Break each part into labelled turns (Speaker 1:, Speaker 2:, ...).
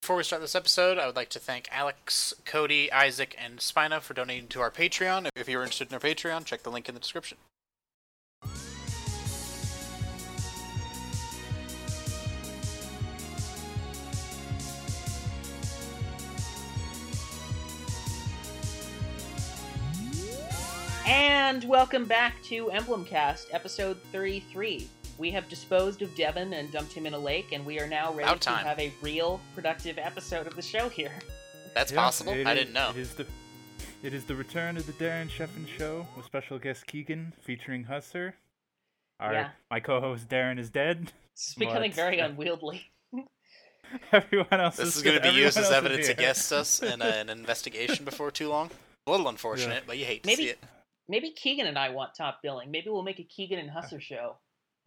Speaker 1: Before we start this episode, I would like to thank Alex, Cody, Isaac, and Spina for donating to our Patreon. If you're interested in our Patreon, check the link in the description.
Speaker 2: And welcome back to Emblemcast, episode 33. We have disposed of Devin and dumped him in a lake, and we are now ready
Speaker 1: About
Speaker 2: to
Speaker 1: time.
Speaker 2: have a real productive episode of the show here.
Speaker 1: That's
Speaker 3: Yeah,
Speaker 1: possible?
Speaker 3: it
Speaker 1: I
Speaker 3: is-
Speaker 1: didn't know.
Speaker 3: It is the it is the return of the Darren Sheffin show with special guest Keegan featuring Husser. Our
Speaker 2: Yeah.
Speaker 3: my co-host Darren is dead.
Speaker 2: It's becoming
Speaker 3: What?
Speaker 2: very unwieldy.
Speaker 3: Everyone else
Speaker 1: This
Speaker 3: is
Speaker 1: is going to be
Speaker 3: everyone
Speaker 1: used as
Speaker 3: else is
Speaker 1: evidence
Speaker 3: here.
Speaker 1: against us in a, an investigation before too long. A little unfortunate, but you hate to
Speaker 2: Maybe-
Speaker 1: see it.
Speaker 2: Maybe Keegan and I want top billing. Maybe we'll make a Keegan and Husser show,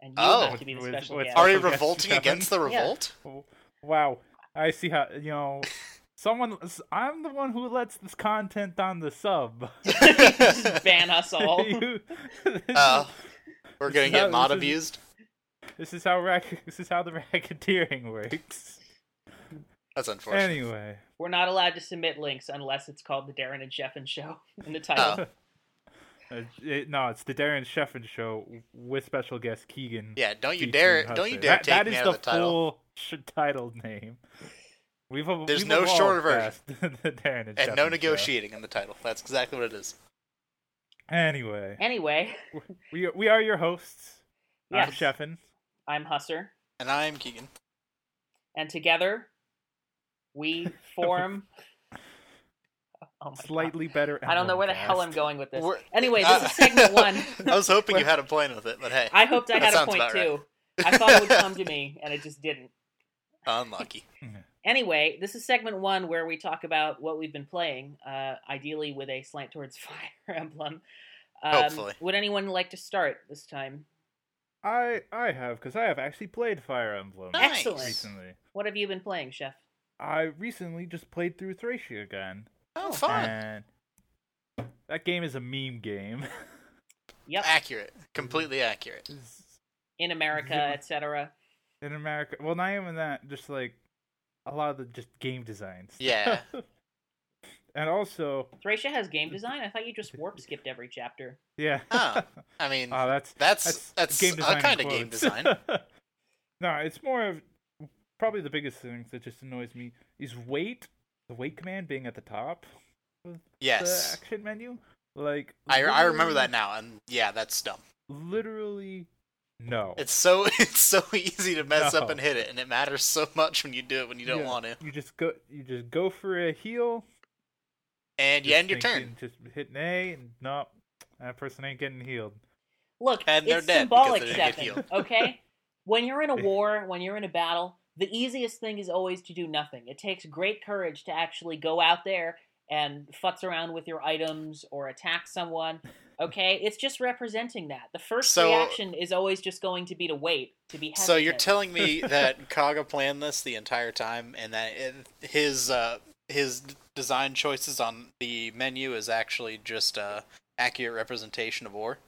Speaker 2: and you
Speaker 1: Oh.
Speaker 2: have to be the
Speaker 3: With-
Speaker 2: special
Speaker 3: with
Speaker 2: guest.
Speaker 3: our-
Speaker 1: Are you
Speaker 3: Special guest
Speaker 1: revolting
Speaker 3: Devin.
Speaker 1: against the
Speaker 2: Yeah.
Speaker 1: revolt?
Speaker 3: Oh, Wow, I see how you know someone. I'm the one who lets this content on the sub.
Speaker 2: Just ban us all.
Speaker 3: You- this,
Speaker 1: Oh. Uh,
Speaker 3: is,
Speaker 1: we're going to
Speaker 3: No,
Speaker 1: get
Speaker 3: this
Speaker 1: mod
Speaker 3: is-
Speaker 1: abused.
Speaker 3: this is how rack, this is how the racketeering works.
Speaker 1: That's unfortunate.
Speaker 3: Anyway,
Speaker 2: We're not allowed to submit links unless it's called the Darren and Jeffin show in the title.
Speaker 1: Oh.
Speaker 3: uh, it, no, it's the Darren Sheffin show with special guest Keegan.
Speaker 1: Yeah, don't you
Speaker 3: Keith
Speaker 1: dare!
Speaker 3: Van
Speaker 1: Don't you
Speaker 3: Hussey.
Speaker 1: dare
Speaker 3: That-
Speaker 1: take
Speaker 3: that
Speaker 1: me
Speaker 3: is
Speaker 1: out
Speaker 3: the
Speaker 1: of the title.
Speaker 3: full sh- title name. We've ev-
Speaker 1: There's
Speaker 3: we've
Speaker 1: no
Speaker 3: evolved
Speaker 1: shorter version.
Speaker 3: past the Darren and,
Speaker 1: And no
Speaker 3: Sheffield show.
Speaker 1: negotiating in the title. That's exactly what it is.
Speaker 3: Anyway,
Speaker 2: Anyway,
Speaker 3: we are, we are your hosts. I'm
Speaker 2: yes,
Speaker 3: Sheffin.
Speaker 2: I'm Husser,
Speaker 1: And I'm Keegan.
Speaker 2: and together we form. Oh my God.
Speaker 3: Slightly better.
Speaker 2: I don't know where the hell
Speaker 3: Emblemcast.
Speaker 2: I'm going with this.
Speaker 1: We're-
Speaker 2: Anyway,
Speaker 1: Uh,
Speaker 2: this is segment one.
Speaker 1: I was hoping you had a plan with it, but hey,
Speaker 2: I hoped I
Speaker 1: That
Speaker 2: had a
Speaker 1: sounds
Speaker 2: point
Speaker 1: about right.
Speaker 2: too. I thought it would come to me, and it just didn't.
Speaker 1: unlucky.
Speaker 2: Anyway, this is segment one where we talk about what we've been playing, uh, ideally with a slant towards Fire Emblem. Um,
Speaker 1: Hopefully.
Speaker 2: Would anyone like to start this time?
Speaker 3: I I have because I have actually played Fire Emblem
Speaker 1: Nice.
Speaker 2: Excellent.
Speaker 3: recently.
Speaker 2: What have you been playing, Chef?
Speaker 3: I recently just played through Thracia again,
Speaker 1: Oh, fun.
Speaker 3: and that game is a meme game.
Speaker 2: Yep,
Speaker 1: Accurate. Completely accurate.
Speaker 3: It's-
Speaker 2: in America,
Speaker 3: Yeah.
Speaker 2: etc.
Speaker 3: in America. Well, not even that. Just like a lot of the just game designs.
Speaker 1: Yeah.
Speaker 3: and also,
Speaker 2: Thracia has game design. I thought you just warp skipped every chapter.
Speaker 3: yeah.
Speaker 1: Oh, I mean,
Speaker 3: Oh, that's
Speaker 1: that's that's,
Speaker 3: game design
Speaker 1: a
Speaker 3: in
Speaker 1: kind of game
Speaker 3: quotes.
Speaker 1: design.
Speaker 3: no, it's more of probably the biggest thing that just annoys me is weight. The weight command being at the top. of
Speaker 1: Yes,
Speaker 3: The action menu. Like
Speaker 1: I I remember that
Speaker 3: literally-
Speaker 1: now, and yeah, that's dumb.
Speaker 3: Literally, no.
Speaker 1: It's so it's so easy to mess up
Speaker 3: No.
Speaker 1: and hit it, and it matters so much when you do it when you don't
Speaker 3: Yeah,
Speaker 1: want to,
Speaker 3: You just go. You just go for a heal.
Speaker 1: and you
Speaker 3: just
Speaker 1: end your turn.
Speaker 3: thinking, Just hit an A, and no, that person ain't getting healed.
Speaker 2: Look,
Speaker 1: And they're
Speaker 2: it's
Speaker 1: dead because
Speaker 2: symbolic,
Speaker 1: they didn't get
Speaker 2: Stefan. Okay, when you're in a war, when you're in a battle, the easiest thing is always to do nothing. It takes great courage to actually go out there and futz around with your items or attack someone. Okay, it's just representing that. The first
Speaker 1: So-
Speaker 2: reaction is always just going to be to wait, to be hesitant.
Speaker 1: So you're telling me that Kaga planned this the entire time, and that it, his uh, his design choices on the menu is actually just a accurate representation of war.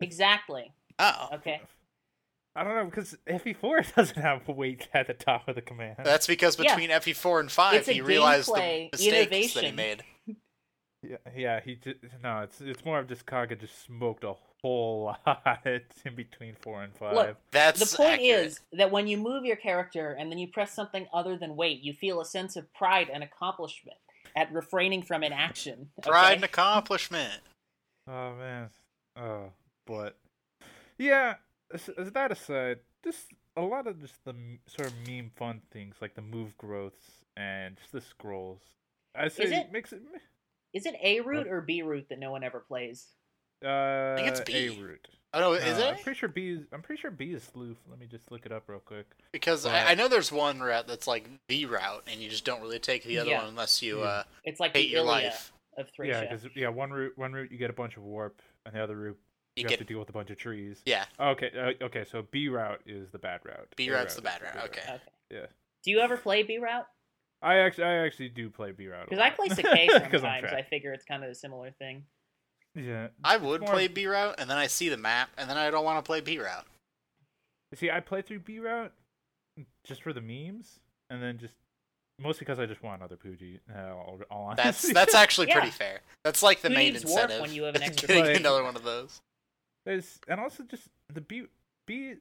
Speaker 2: exactly.
Speaker 1: Oh,
Speaker 2: Okay,
Speaker 3: I don't know because FE4 doesn't have weight at the top of the command.
Speaker 1: that's because
Speaker 2: Yeah.
Speaker 1: between FE4 and five,
Speaker 2: It's a
Speaker 1: he realized the
Speaker 2: gameplay
Speaker 1: mistakes that he
Speaker 2: innovation.
Speaker 1: made.
Speaker 3: yeah, yeah, he just no. It's it's more of just Kaga just smoked a whole lot in between four and five.
Speaker 2: Look,
Speaker 1: That's
Speaker 2: the point
Speaker 1: accurate.
Speaker 2: is that when you move your character and then you press something other than wait, you feel a sense of pride and accomplishment at refraining from inaction. okay?
Speaker 1: pride and accomplishment.
Speaker 3: Oh man. Oh, but yeah. as- as That aside, just a lot of just the m- sort of meme fun things like the move growths and just the scrolls. I say
Speaker 2: it-
Speaker 3: makes it.
Speaker 2: Is it A route or B route that no one ever plays?
Speaker 3: Uh,
Speaker 1: think it's
Speaker 3: A
Speaker 1: B.
Speaker 3: route.
Speaker 1: Oh no, is
Speaker 3: No,
Speaker 1: it?
Speaker 3: I'm Uh, pretty sure B is. I'm pretty sure B is sleuth. Let me just look it up real quick.
Speaker 1: Because
Speaker 3: Well-
Speaker 1: I, I know there's one route that's like the route, and you just don't really take the other
Speaker 2: Yeah.
Speaker 1: one unless you
Speaker 3: Yeah.
Speaker 1: uh,
Speaker 2: It's like
Speaker 1: hate
Speaker 2: the
Speaker 1: your
Speaker 2: Ilia
Speaker 1: life.
Speaker 2: of
Speaker 3: Yeah,
Speaker 2: Thracia.
Speaker 3: because yeah, one route, one route you get a bunch of warp, and the other route you,
Speaker 1: You
Speaker 3: have
Speaker 1: get
Speaker 3: to deal with a bunch of trees.
Speaker 1: yeah.
Speaker 3: Okay, uh, okay, so B route is the bad route.
Speaker 1: B
Speaker 3: A
Speaker 1: route's the
Speaker 3: route is
Speaker 1: bad route.
Speaker 3: good
Speaker 1: Okay.
Speaker 2: okay.
Speaker 3: Yeah.
Speaker 2: Do you ever play B route?
Speaker 3: I actually, I actually do play B route. a
Speaker 2: Because I
Speaker 3: lot.
Speaker 2: play Sakai
Speaker 3: 'Cause I'm
Speaker 2: sometimes.
Speaker 3: trash.
Speaker 2: I figure it's kind of a similar thing.
Speaker 3: Yeah.
Speaker 1: I would
Speaker 3: More-
Speaker 1: play B route, and then I see the map, and then I don't want to play B route.
Speaker 3: See, I play through B route just for the memes, and then just mostly because I just want another Pooji. Uh, all, all honesty.
Speaker 1: That's that's actually
Speaker 2: Yeah.
Speaker 1: pretty fair. That's like the
Speaker 2: Who
Speaker 1: main
Speaker 2: needs warp
Speaker 1: incentive.
Speaker 2: when you have an
Speaker 1: is
Speaker 2: extra
Speaker 1: getting
Speaker 3: player?
Speaker 1: another one of those.
Speaker 3: There's and also just the B B.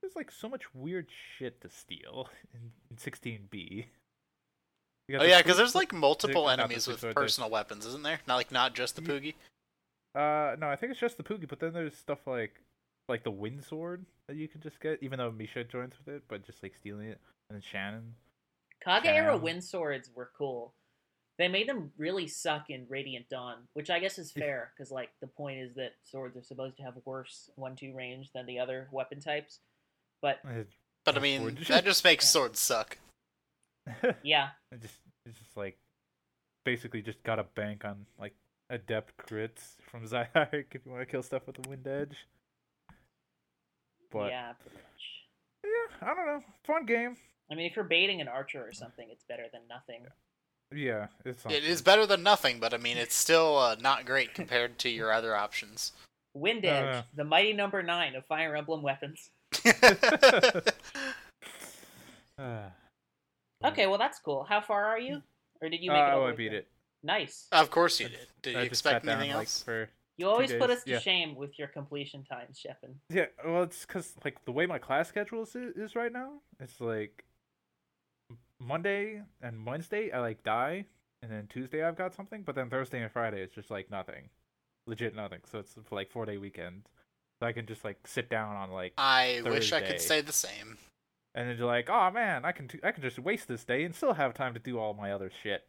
Speaker 3: There's like so much weird shit to steal in, in 16B. You got
Speaker 1: Oh
Speaker 3: the
Speaker 1: yeah,
Speaker 3: Poo-
Speaker 1: because there's like multiple
Speaker 3: got the
Speaker 1: enemies with
Speaker 3: sword there.
Speaker 1: personal weapons, isn't there? Not like not just the
Speaker 3: Ye-
Speaker 1: Poogie.
Speaker 3: Uh, no, I think it's just the Poogie, but then there's stuff like like the wind sword that you can just get, even though Misha joins with it, but just like stealing it, and then Shannon.
Speaker 2: Kaga era
Speaker 3: Yeah.
Speaker 2: wind swords were cool. They made them really suck in Radiant Dawn, which I guess is
Speaker 3: Yeah.
Speaker 2: fair because like the point is that swords are supposed to have worse one-two range than the other weapon types. But
Speaker 3: and
Speaker 1: But I
Speaker 3: Of
Speaker 1: mean,
Speaker 3: course.
Speaker 1: that just makes
Speaker 2: Yeah.
Speaker 1: swords suck.
Speaker 2: yeah,
Speaker 3: just it's just like basically just got a bank on like adept crits from Zyark if you want to kill stuff with the wind edge. But yeah,
Speaker 2: yeah, pretty much.
Speaker 3: I don't know. Fun game.
Speaker 2: I mean, if you're baiting an archer or something, it's better than nothing.
Speaker 3: Yeah, it's
Speaker 1: It
Speaker 3: something.
Speaker 1: is better than nothing, but I mean, it's still uh, not great compared to your other options.
Speaker 2: Wind
Speaker 3: Uh.
Speaker 2: Edge, the mighty number nine of Fire Emblem weapons.
Speaker 3: Ah.
Speaker 2: Okay, well that's cool. How far are you? Or did you
Speaker 3: Uh,
Speaker 2: make it? all
Speaker 3: oh,
Speaker 2: the
Speaker 3: I
Speaker 2: way
Speaker 3: beat
Speaker 2: through?
Speaker 3: it. Uh,
Speaker 2: Nice.
Speaker 1: of course you
Speaker 3: I
Speaker 1: did.
Speaker 3: just-
Speaker 1: Did
Speaker 3: I
Speaker 1: you
Speaker 3: just sat
Speaker 1: expect
Speaker 3: down,
Speaker 1: anything
Speaker 3: like,
Speaker 1: else?
Speaker 3: for
Speaker 2: You always put
Speaker 3: days,
Speaker 2: us to
Speaker 3: yeah.
Speaker 2: shame with your completion times, Shepin.
Speaker 3: Yeah, well, it's because like the way my class schedule is, is right now, it's like Monday and Wednesday I like die, and then Tuesday I've got something, but then Thursday and Friday it's just like nothing, legit nothing. So it's like four day weekend, so I can just like sit down on like,
Speaker 1: I wish I could
Speaker 3: Thursday.
Speaker 1: say the same.
Speaker 3: and then you're like, oh man, I can t- I can just waste this day and still have time to do all my other shit.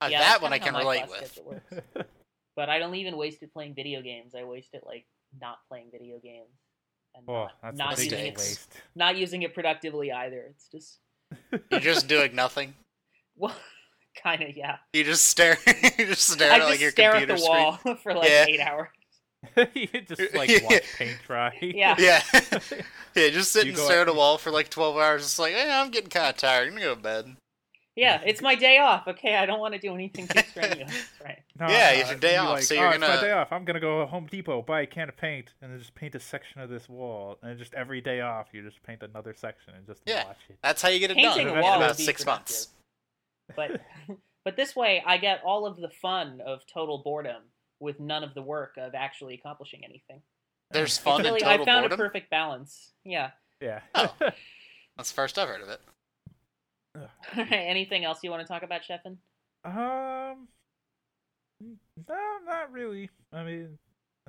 Speaker 1: Uh,
Speaker 2: Yeah,
Speaker 1: that
Speaker 2: that's
Speaker 1: one I can
Speaker 2: kinda how my
Speaker 1: relate
Speaker 2: class
Speaker 1: with.
Speaker 2: schedule works. But I don't even waste it playing video games. I waste it like not playing video games and
Speaker 3: oh,
Speaker 2: not,
Speaker 3: that's
Speaker 2: not
Speaker 3: the
Speaker 2: using it,
Speaker 3: biggest
Speaker 1: Mistakes.
Speaker 3: waste.
Speaker 2: not using it productively either. It's just
Speaker 1: You're just doing nothing.
Speaker 2: well, kind of yeah.
Speaker 1: You just stare. you just stare
Speaker 2: I
Speaker 1: at
Speaker 2: just
Speaker 1: like your
Speaker 2: stare at
Speaker 1: computer
Speaker 2: the wall for like
Speaker 1: Yeah.
Speaker 2: eight hours.
Speaker 3: you just like watch paint dry.
Speaker 2: Yeah.
Speaker 1: screen. Yeah, yeah. Just sit
Speaker 3: You
Speaker 1: and
Speaker 3: go
Speaker 1: stare
Speaker 3: out-
Speaker 1: at a wall for like twelve hours. It's like, eh, I'm getting kind of tired. I'm gonna go to bed.
Speaker 2: Yeah, it's my day off. Okay, I don't want to do anything too strenuous. Right.
Speaker 3: No,
Speaker 1: Yeah,
Speaker 3: no,
Speaker 1: it's your day
Speaker 3: you're
Speaker 1: off,
Speaker 3: like,
Speaker 1: so you're
Speaker 3: "Oh, it's my
Speaker 1: gonna-
Speaker 3: day off. I'm gonna go to Home Depot, buy a can of paint, and then just paint a section of this wall. And just every day off, you just paint another section and just
Speaker 1: Yeah.
Speaker 3: watch it.
Speaker 1: That's how you get it
Speaker 2: Painting
Speaker 1: done
Speaker 2: a
Speaker 1: in
Speaker 2: wall
Speaker 1: about
Speaker 2: would be
Speaker 1: six months.
Speaker 2: productive. But but this way, I get all of the fun of total boredom with none of the work of actually accomplishing anything.
Speaker 1: There's
Speaker 2: It's
Speaker 1: fun
Speaker 2: really,
Speaker 1: in total
Speaker 2: I found
Speaker 1: boredom.
Speaker 2: a perfect balance. Yeah.
Speaker 3: Yeah.
Speaker 1: Oh. That's the first I've heard of it.
Speaker 2: All right. Anything else you want to talk about, Sheffin?
Speaker 3: um. No, not really. I mean,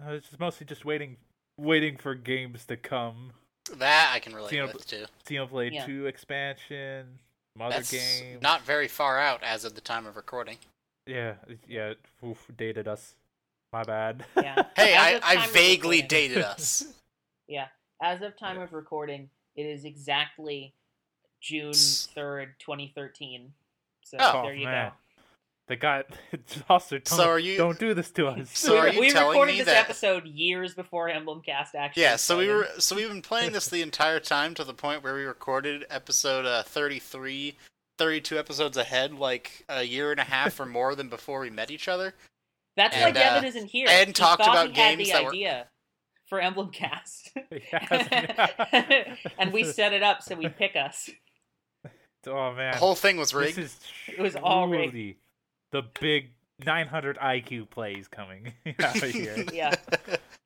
Speaker 3: I was just mostly just waiting, waiting for games to come.
Speaker 1: That I can relate
Speaker 3: Xenoblade-
Speaker 1: with too.
Speaker 3: Xenoblade
Speaker 2: Yeah.
Speaker 3: Two expansion, some other
Speaker 1: That's
Speaker 3: games.
Speaker 1: not very far out as of the time of recording.
Speaker 3: Yeah, yeah. Oof, dated us. My bad.
Speaker 2: Yeah.
Speaker 1: Hey,
Speaker 2: As
Speaker 1: I,
Speaker 2: of time
Speaker 1: I
Speaker 2: of
Speaker 1: vaguely
Speaker 2: recording-
Speaker 1: dated us.
Speaker 2: As of time of recording, it is exactly June
Speaker 1: S-
Speaker 2: third, twenty thirteen. So
Speaker 1: Oh,
Speaker 2: there you
Speaker 3: man.
Speaker 2: go.
Speaker 3: They got Foster. Don't,
Speaker 1: So are you-
Speaker 3: Don't do this to us.
Speaker 1: So are
Speaker 2: We-
Speaker 1: you
Speaker 2: we
Speaker 1: telling
Speaker 2: recorded
Speaker 1: me
Speaker 2: this
Speaker 1: that-
Speaker 2: episode years before Emblem Cast actually.
Speaker 1: Yeah, so we
Speaker 2: started.
Speaker 1: were so we've been playing this the entire time to the point where we recorded episode uh, 33, 32 episodes ahead, like a year and a half or more than before we met each other.
Speaker 2: That's
Speaker 1: And,
Speaker 2: why
Speaker 1: uh,
Speaker 2: Devin isn't here.
Speaker 1: and
Speaker 2: He
Speaker 1: talked
Speaker 2: thought
Speaker 1: about
Speaker 2: he had
Speaker 1: games
Speaker 2: the
Speaker 1: that were-
Speaker 2: idea for Emblem Cast,
Speaker 3: Yes.
Speaker 2: and we set it up so we pick us.
Speaker 3: "Oh man,
Speaker 1: The whole thing was
Speaker 3: this
Speaker 1: rigged.
Speaker 3: is
Speaker 2: It was all rigged.
Speaker 3: truly the big 900 IQ plays coming out of here."
Speaker 2: Yeah.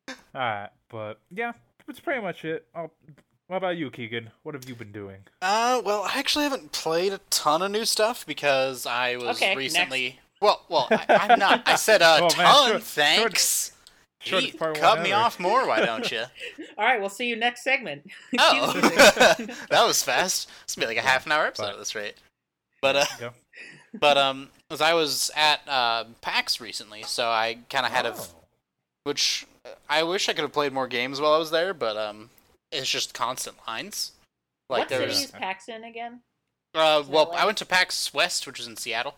Speaker 3: All right, but yeah, that's pretty much it. I'll, what about you, Keegan? What have you been doing?
Speaker 1: Uh, well, I actually haven't played a ton of new stuff because I was
Speaker 2: Okay,
Speaker 1: recently. Well, well, I, I'm not. I said a
Speaker 3: Oh, man,
Speaker 1: ton.
Speaker 3: short-
Speaker 1: thanks.
Speaker 3: short
Speaker 1: Gee,
Speaker 3: part
Speaker 1: cut
Speaker 3: one
Speaker 1: me
Speaker 3: ever.
Speaker 1: off more, why don't you?
Speaker 2: All right, we'll see you next segment.
Speaker 1: oh,
Speaker 2: Cue the music.
Speaker 1: that was fast. This will be like a half an hour episode
Speaker 3: But-
Speaker 1: at this rate. But uh,
Speaker 3: Go.
Speaker 1: but um, as I was at uh, PAX recently, so I kind of had a
Speaker 3: Oh.
Speaker 1: which uh, I wish I could have played more games while I was there, but um, it's just constant lines. Like
Speaker 2: what city
Speaker 1: there's
Speaker 2: is PAX in again?
Speaker 1: uh,
Speaker 2: that
Speaker 1: well,
Speaker 2: like-
Speaker 1: I went to PAX West, which is in Seattle,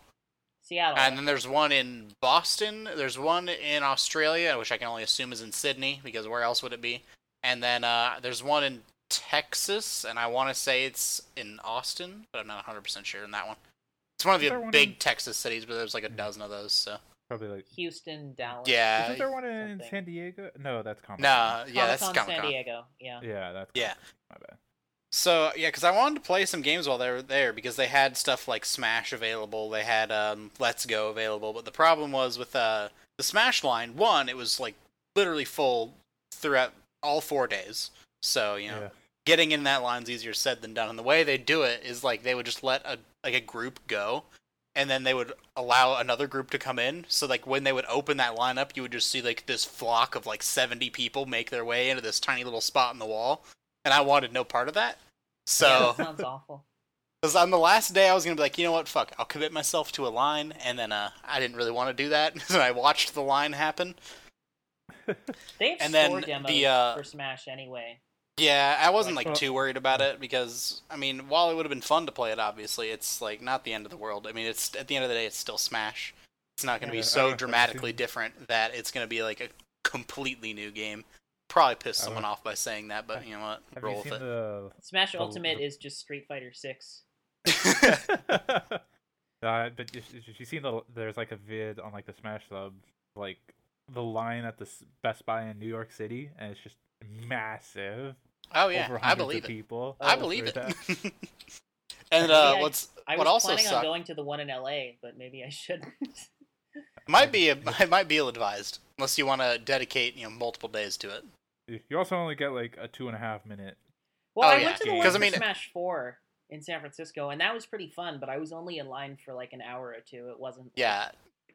Speaker 2: Seattle.
Speaker 1: and then there's one in Boston. There's one in Australia, which I can only assume is in Sydney because where else would it be? And then uh, there's one in Texas, and I want to say it's in Austin, but I'm not 100 percent sure on that one. It's one of
Speaker 3: Is
Speaker 1: the
Speaker 3: there one
Speaker 1: big
Speaker 3: in-
Speaker 1: Texas cities, but there's like a dozen of those. So
Speaker 3: Probably like.
Speaker 2: Houston, Dallas.
Speaker 1: yeah,
Speaker 3: Isn't there one in
Speaker 2: something.
Speaker 3: San Diego? No, that's common.
Speaker 1: nah, yeah, that's Comic
Speaker 2: Comic-Con Oh, San
Speaker 1: Con.
Speaker 2: Diego. Yeah.
Speaker 3: Yeah, that's.
Speaker 1: Yeah.
Speaker 3: Comic-Con.
Speaker 1: So yeah, because I wanted to play some games while they were there because they had stuff like Smash available, they had um, Let's Go available, but the problem was with uh, the Smash line. One, it was like literally full throughout all four days. So you know,
Speaker 3: Yeah.
Speaker 1: getting in that line's easier said than done. And the way they do it is like they would just let a like a group go, and then they would allow another group to come in. So like when they would open that line up, you would just see like this flock of like seventy people make their way into this tiny little spot in the wall. And I wanted no part of that.
Speaker 2: Yeah,
Speaker 1: So
Speaker 2: that sounds awful.
Speaker 1: because on the last day, I was gonna be like, you know what, fuck, I'll commit myself to a line, and then uh, I didn't really want to do that, so I watched the line happen.
Speaker 2: They have
Speaker 1: And then
Speaker 2: store demos
Speaker 1: the, uh,
Speaker 2: for Smash anyway.
Speaker 1: Yeah, I wasn't like
Speaker 3: Like, uh,
Speaker 1: too worried about it because I mean, while it would have been fun to play it, obviously, it's like not the end of the world. I mean, it's at the end of the day, it's still Smash. It's not going to
Speaker 3: Yeah,
Speaker 1: be
Speaker 3: I don't
Speaker 1: so
Speaker 3: know if I've
Speaker 1: dramatically
Speaker 3: seen-
Speaker 1: different that it's going to be like a completely new game. Probably piss
Speaker 3: I don't-
Speaker 1: someone off by saying that, but you know what?
Speaker 3: Have
Speaker 1: Roll
Speaker 3: you
Speaker 1: with
Speaker 3: seen
Speaker 1: it.
Speaker 3: the?
Speaker 2: Smash
Speaker 3: the-
Speaker 2: Ultimate
Speaker 3: the-
Speaker 2: is just Street Fighter Six.
Speaker 3: uh, but you, you, you seen the? There's like a vid on like the Smash sub, like the line at the s- Best Buy in New York City, and it's just massive.
Speaker 1: oh
Speaker 3: over
Speaker 1: yeah, I
Speaker 3: hundreds
Speaker 1: believe
Speaker 3: of
Speaker 1: it.
Speaker 3: people.
Speaker 1: I
Speaker 3: Oh,
Speaker 1: believe it.
Speaker 3: there's
Speaker 1: and uh,
Speaker 2: Yeah, I-
Speaker 1: what's
Speaker 2: I
Speaker 1: What
Speaker 2: was
Speaker 1: also
Speaker 2: planning on
Speaker 1: sucked-
Speaker 2: going to the one in L.A., but maybe I shouldn't.
Speaker 1: might be it might be ill advised unless you want to dedicate you know multiple days to it.
Speaker 3: that. You also only get like a two and a half minute.
Speaker 2: well,
Speaker 1: Oh,
Speaker 2: I
Speaker 1: yeah.
Speaker 2: went to the
Speaker 3: Yeah.
Speaker 2: one
Speaker 3: 'Cause,
Speaker 1: I
Speaker 2: for
Speaker 1: mean-
Speaker 2: Smash Four in San Francisco, and that was pretty fun. But I was only in line for like an hour or two. It wasn't.
Speaker 1: Yeah,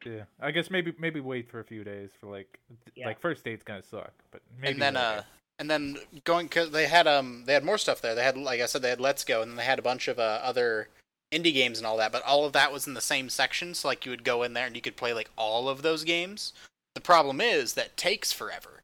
Speaker 3: Yeah, I guess maybe maybe wait for a few days for like th-
Speaker 2: Yeah.
Speaker 3: like first date's gonna suck, but maybe
Speaker 1: and then
Speaker 3: later.
Speaker 1: uh and then going because they had um they had more stuff there they had like i said they had let's go and then they had a bunch of uh, other indie games and all that but all of that was in the same section so like you would go in there and you could play like all of those games the problem is that takes forever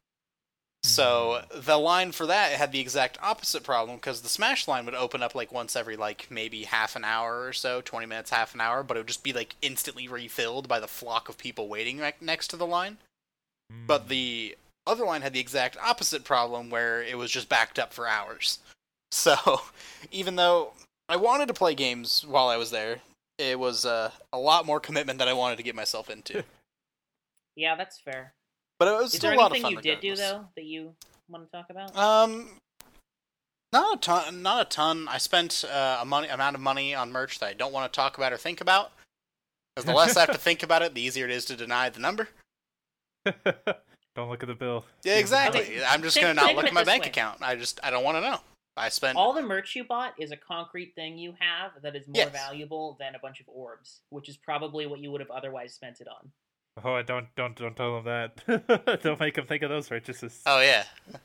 Speaker 1: so the line for that had the exact opposite problem because the smash line would open up like once every like maybe half an hour or so 20 minutes half an hour but it would just be like instantly refilled by the flock of people waiting right next to the line uh, but
Speaker 3: Mm.
Speaker 1: the other line had the exact opposite problem where it was just backed up for hours. So, even though I wanted to play games while I was there, it was uh, a lot more commitment that I wanted to get myself into.
Speaker 2: Yeah, that's fair.
Speaker 1: But it was
Speaker 2: Is
Speaker 1: still
Speaker 2: there
Speaker 1: a lot of fun.
Speaker 2: anything you did do
Speaker 1: regardless.
Speaker 2: though that you want to talk about?
Speaker 1: Um, not a ton. Not a ton. I spent uh, a money amount of money on merch that I don't want to talk about or think about. Because the less I have to think about it, the easier it is to deny the number.
Speaker 3: Hmm. don't look at the bill.
Speaker 1: Yeah, exactly. I'm just
Speaker 2: think-
Speaker 1: gonna not
Speaker 2: think of
Speaker 1: look
Speaker 2: it
Speaker 1: at my
Speaker 2: this
Speaker 1: bank
Speaker 2: way.
Speaker 1: account. I just I don't want to know. I spent
Speaker 2: All the merch you bought is a concrete thing you have that is more
Speaker 1: Yes.
Speaker 2: valuable than a bunch of orbs, which is probably what you would have otherwise spent it on.
Speaker 3: Oh, I don't don't don't tell him that. don't make him think of those purchases.
Speaker 1: Oh yeah,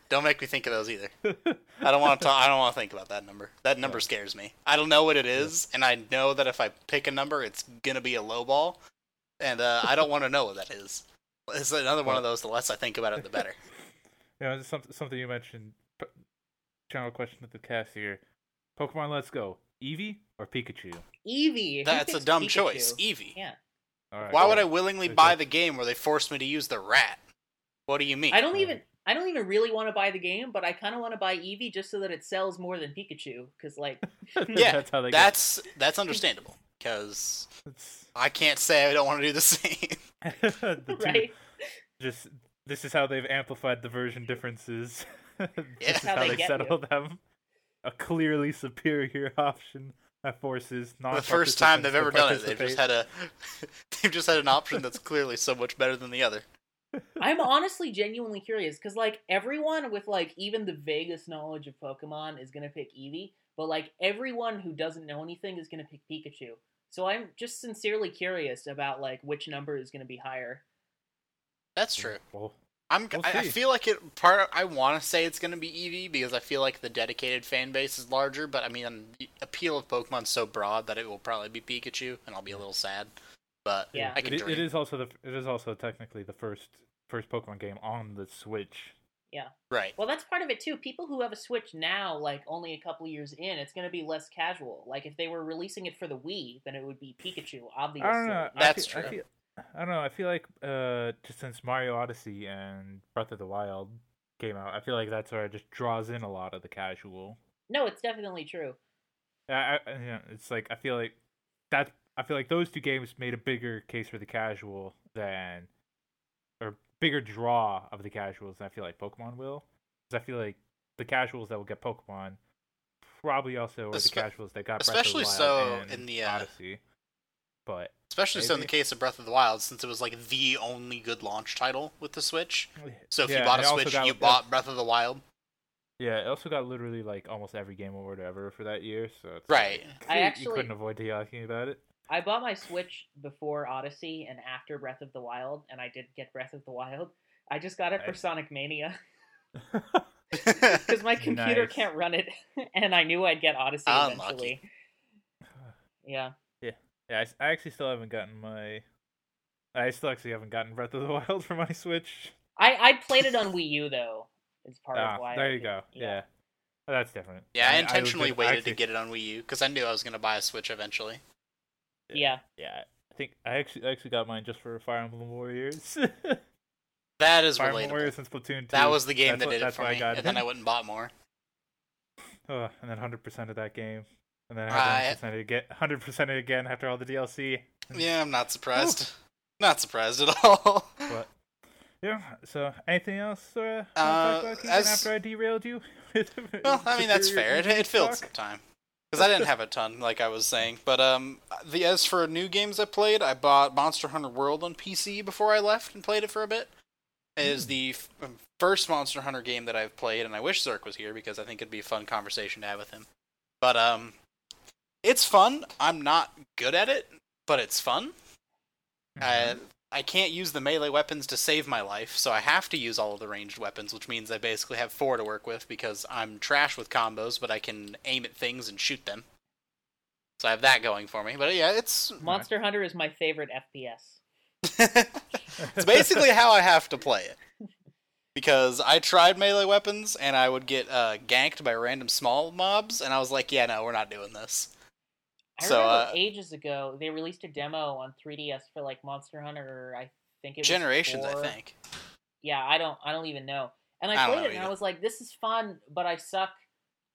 Speaker 1: don't make me think of those either. I don't want to. I don't want to think about that number. That number scares me. I don't know what it is, and I know that if I pick a number, it's gonna be a low ball, and uh, I don't want to know what that is. It's another one of those. The less I think about it, the better.
Speaker 3: you know, something something you mentioned. p- General question with the cast here: Pokemon Let's Go, Eevee or Pikachu?
Speaker 2: Evie. who
Speaker 1: That's a
Speaker 2: picks
Speaker 1: dumb
Speaker 2: Pikachu?
Speaker 1: choice, Eevee.
Speaker 2: Yeah.
Speaker 3: All right,
Speaker 1: Why would I
Speaker 3: cool.
Speaker 1: willingly
Speaker 3: There's
Speaker 1: buy
Speaker 3: your-
Speaker 1: the game where they forced me to use the rat? What do you mean?
Speaker 2: I don't
Speaker 3: Yeah.
Speaker 2: even I don't even really want to buy the game, but I kind of want to buy Eevee just so that it sells more than Pikachu cuz like
Speaker 1: Yeah,
Speaker 3: that's how they get-
Speaker 1: That's that's understandable because
Speaker 3: It's-
Speaker 1: I can't say I don't want to do the same.
Speaker 3: the two-
Speaker 2: right?
Speaker 3: just this is how they've amplified the version differences. this is
Speaker 1: That's
Speaker 2: how
Speaker 3: how,
Speaker 2: they
Speaker 3: they,
Speaker 2: get
Speaker 3: settle them. A clearly superior option that forces not
Speaker 1: the first time they've ever done it, they've just had a they've just had an option that's clearly so much better than the other.
Speaker 2: I'm honestly genuinely curious cuz like everyone with like even the vaguest knowledge of Pokemon is going to pick Eevee, but like everyone who doesn't know anything is going to pick Pikachu. So I'm just sincerely curious about like which number is going to be higher.
Speaker 1: That's true.
Speaker 3: Well,
Speaker 1: I'm
Speaker 3: We'll
Speaker 1: I, I
Speaker 3: see.
Speaker 1: feel like it part of, I want to say it's going to be Eevee because I feel like the dedicated fan base is larger, but I mean the appeal of Pokemon's so broad that it will probably be Pikachu and I'll be a little sad. But
Speaker 2: Yeah.
Speaker 1: I can
Speaker 3: it, i- it
Speaker 1: dream.
Speaker 3: is also the f- it is also technically the first first Pokemon game on the Switch.
Speaker 1: right.
Speaker 2: Well, that's part of it too. People who have a Switch now, like only a couple years in, it's going to be less casual. Like if they were releasing it for the Wii, then it would be Pikachu, obviously.
Speaker 3: I don't know. I
Speaker 1: That's
Speaker 3: feel- I
Speaker 1: true.
Speaker 3: feel- I don't know. I feel like uh, just since Mario Odyssey and Breath of the Wild came out, I feel like that's where it just draws in a lot of the casual.
Speaker 2: No, it's definitely true.
Speaker 3: I, I, you know, it's like I feel like that. I feel like those two games made a bigger case for the casual than, or bigger draw of the casuals than I feel like Pokemon will. 'Cause I feel like the casuals that will get Pokemon probably also were
Speaker 1: Espe-
Speaker 3: the casuals that got
Speaker 1: especially
Speaker 3: Breath of the
Speaker 1: so
Speaker 3: Wild and
Speaker 1: in the, uh,
Speaker 3: Odyssey. But
Speaker 1: Especially so in the
Speaker 3: Maybe.
Speaker 1: case of Breath of the Wild, since it was like the only good launch title with the Switch. So if
Speaker 3: Yeah,
Speaker 1: you bought
Speaker 3: and
Speaker 1: a
Speaker 3: it also
Speaker 1: Switch,
Speaker 3: got-
Speaker 1: you bought Breath of the Wild.
Speaker 3: yeah, it also got literally like almost every game award ever for that year. So it's
Speaker 1: Right.
Speaker 3: like,
Speaker 2: I
Speaker 3: you- you
Speaker 2: actually-
Speaker 3: couldn't avoid talking about it.
Speaker 2: I bought my Switch before Odyssey and after Breath of the Wild, and I did get Breath of the Wild. I just got it for
Speaker 3: Nice.
Speaker 2: Sonic Mania
Speaker 1: I
Speaker 2: because my computer
Speaker 3: Nice.
Speaker 2: can't run it, and I knew I'd get Odyssey
Speaker 1: Unlucky.
Speaker 2: eventually. Yeah,
Speaker 3: Yeah, I s- I, actually still haven't gotten my. I still actually haven't gotten Breath of the Wild for my Switch.
Speaker 2: I I played it on Wii U though. Is part
Speaker 3: Ah,
Speaker 2: of why. I
Speaker 3: there you
Speaker 2: didn't-
Speaker 3: go. Yeah. Oh, that's different.
Speaker 1: yeah, I
Speaker 3: would
Speaker 1: intentionally
Speaker 3: just- I
Speaker 1: waited
Speaker 3: actually-
Speaker 1: to get it on Wii U because I knew I was gonna buy a Switch eventually.
Speaker 2: yeah.
Speaker 3: Yeah, I think I actually I actually got mine just for Fire Emblem Warriors.
Speaker 1: That is
Speaker 3: Fire
Speaker 1: relatable.
Speaker 3: Emblem Warriors and Splatoon 2.
Speaker 1: That was the game
Speaker 3: That's
Speaker 1: that
Speaker 3: what-
Speaker 1: did it
Speaker 3: that's
Speaker 1: for
Speaker 3: why I
Speaker 1: me,
Speaker 3: got
Speaker 1: and then
Speaker 3: it.
Speaker 1: I went and bought more.
Speaker 3: Ugh, and then 100% of that game. And then
Speaker 1: I-
Speaker 3: 100% it again, 100% it again after all the DLC.
Speaker 1: Yeah, I'm not surprised. Not surprised at all.
Speaker 3: But yeah, so anything else uh, you wanna talk
Speaker 1: Uh,
Speaker 3: about, Keegan,
Speaker 1: as-
Speaker 3: after I derailed you? well,
Speaker 1: Well, I mean that's fair. It, it filled some time because I didn't have a ton, like I was saying. But um, the as for new games I played, I bought Monster Hunter World on PC before I left and played it for a bit. It is the f- um, first Monster Hunter game that I've played, and I wish Zerk was here because I think it'd be a fun conversation to have with him. But um, it's fun. I'm not good at it, but it's fun. I Uh, I can't use the melee weapons to save my life, so I have to use all of the ranged weapons, which means I basically have four to work with because I'm trash with combos, but I can aim at things and shoot them. So I have that going for me. But yeah, it's
Speaker 2: Monster Hunter is my favorite FPS.
Speaker 1: it's basically how I have to play it. Because I tried melee weapons and I would get uh, ganked by random small mobs, and I was like, yeah, no, we're not doing this.
Speaker 2: I
Speaker 1: So,
Speaker 2: remember
Speaker 1: uh,
Speaker 2: ages ago they released a demo on 3DS for like Monster Hunter. I think it was
Speaker 1: Generations,
Speaker 2: four.
Speaker 1: I think.
Speaker 2: Yeah, I don't. I don't even know. And I,
Speaker 1: I don't
Speaker 2: played
Speaker 1: know
Speaker 2: it and I
Speaker 1: either.
Speaker 2: was like, "This is fun, but I suck.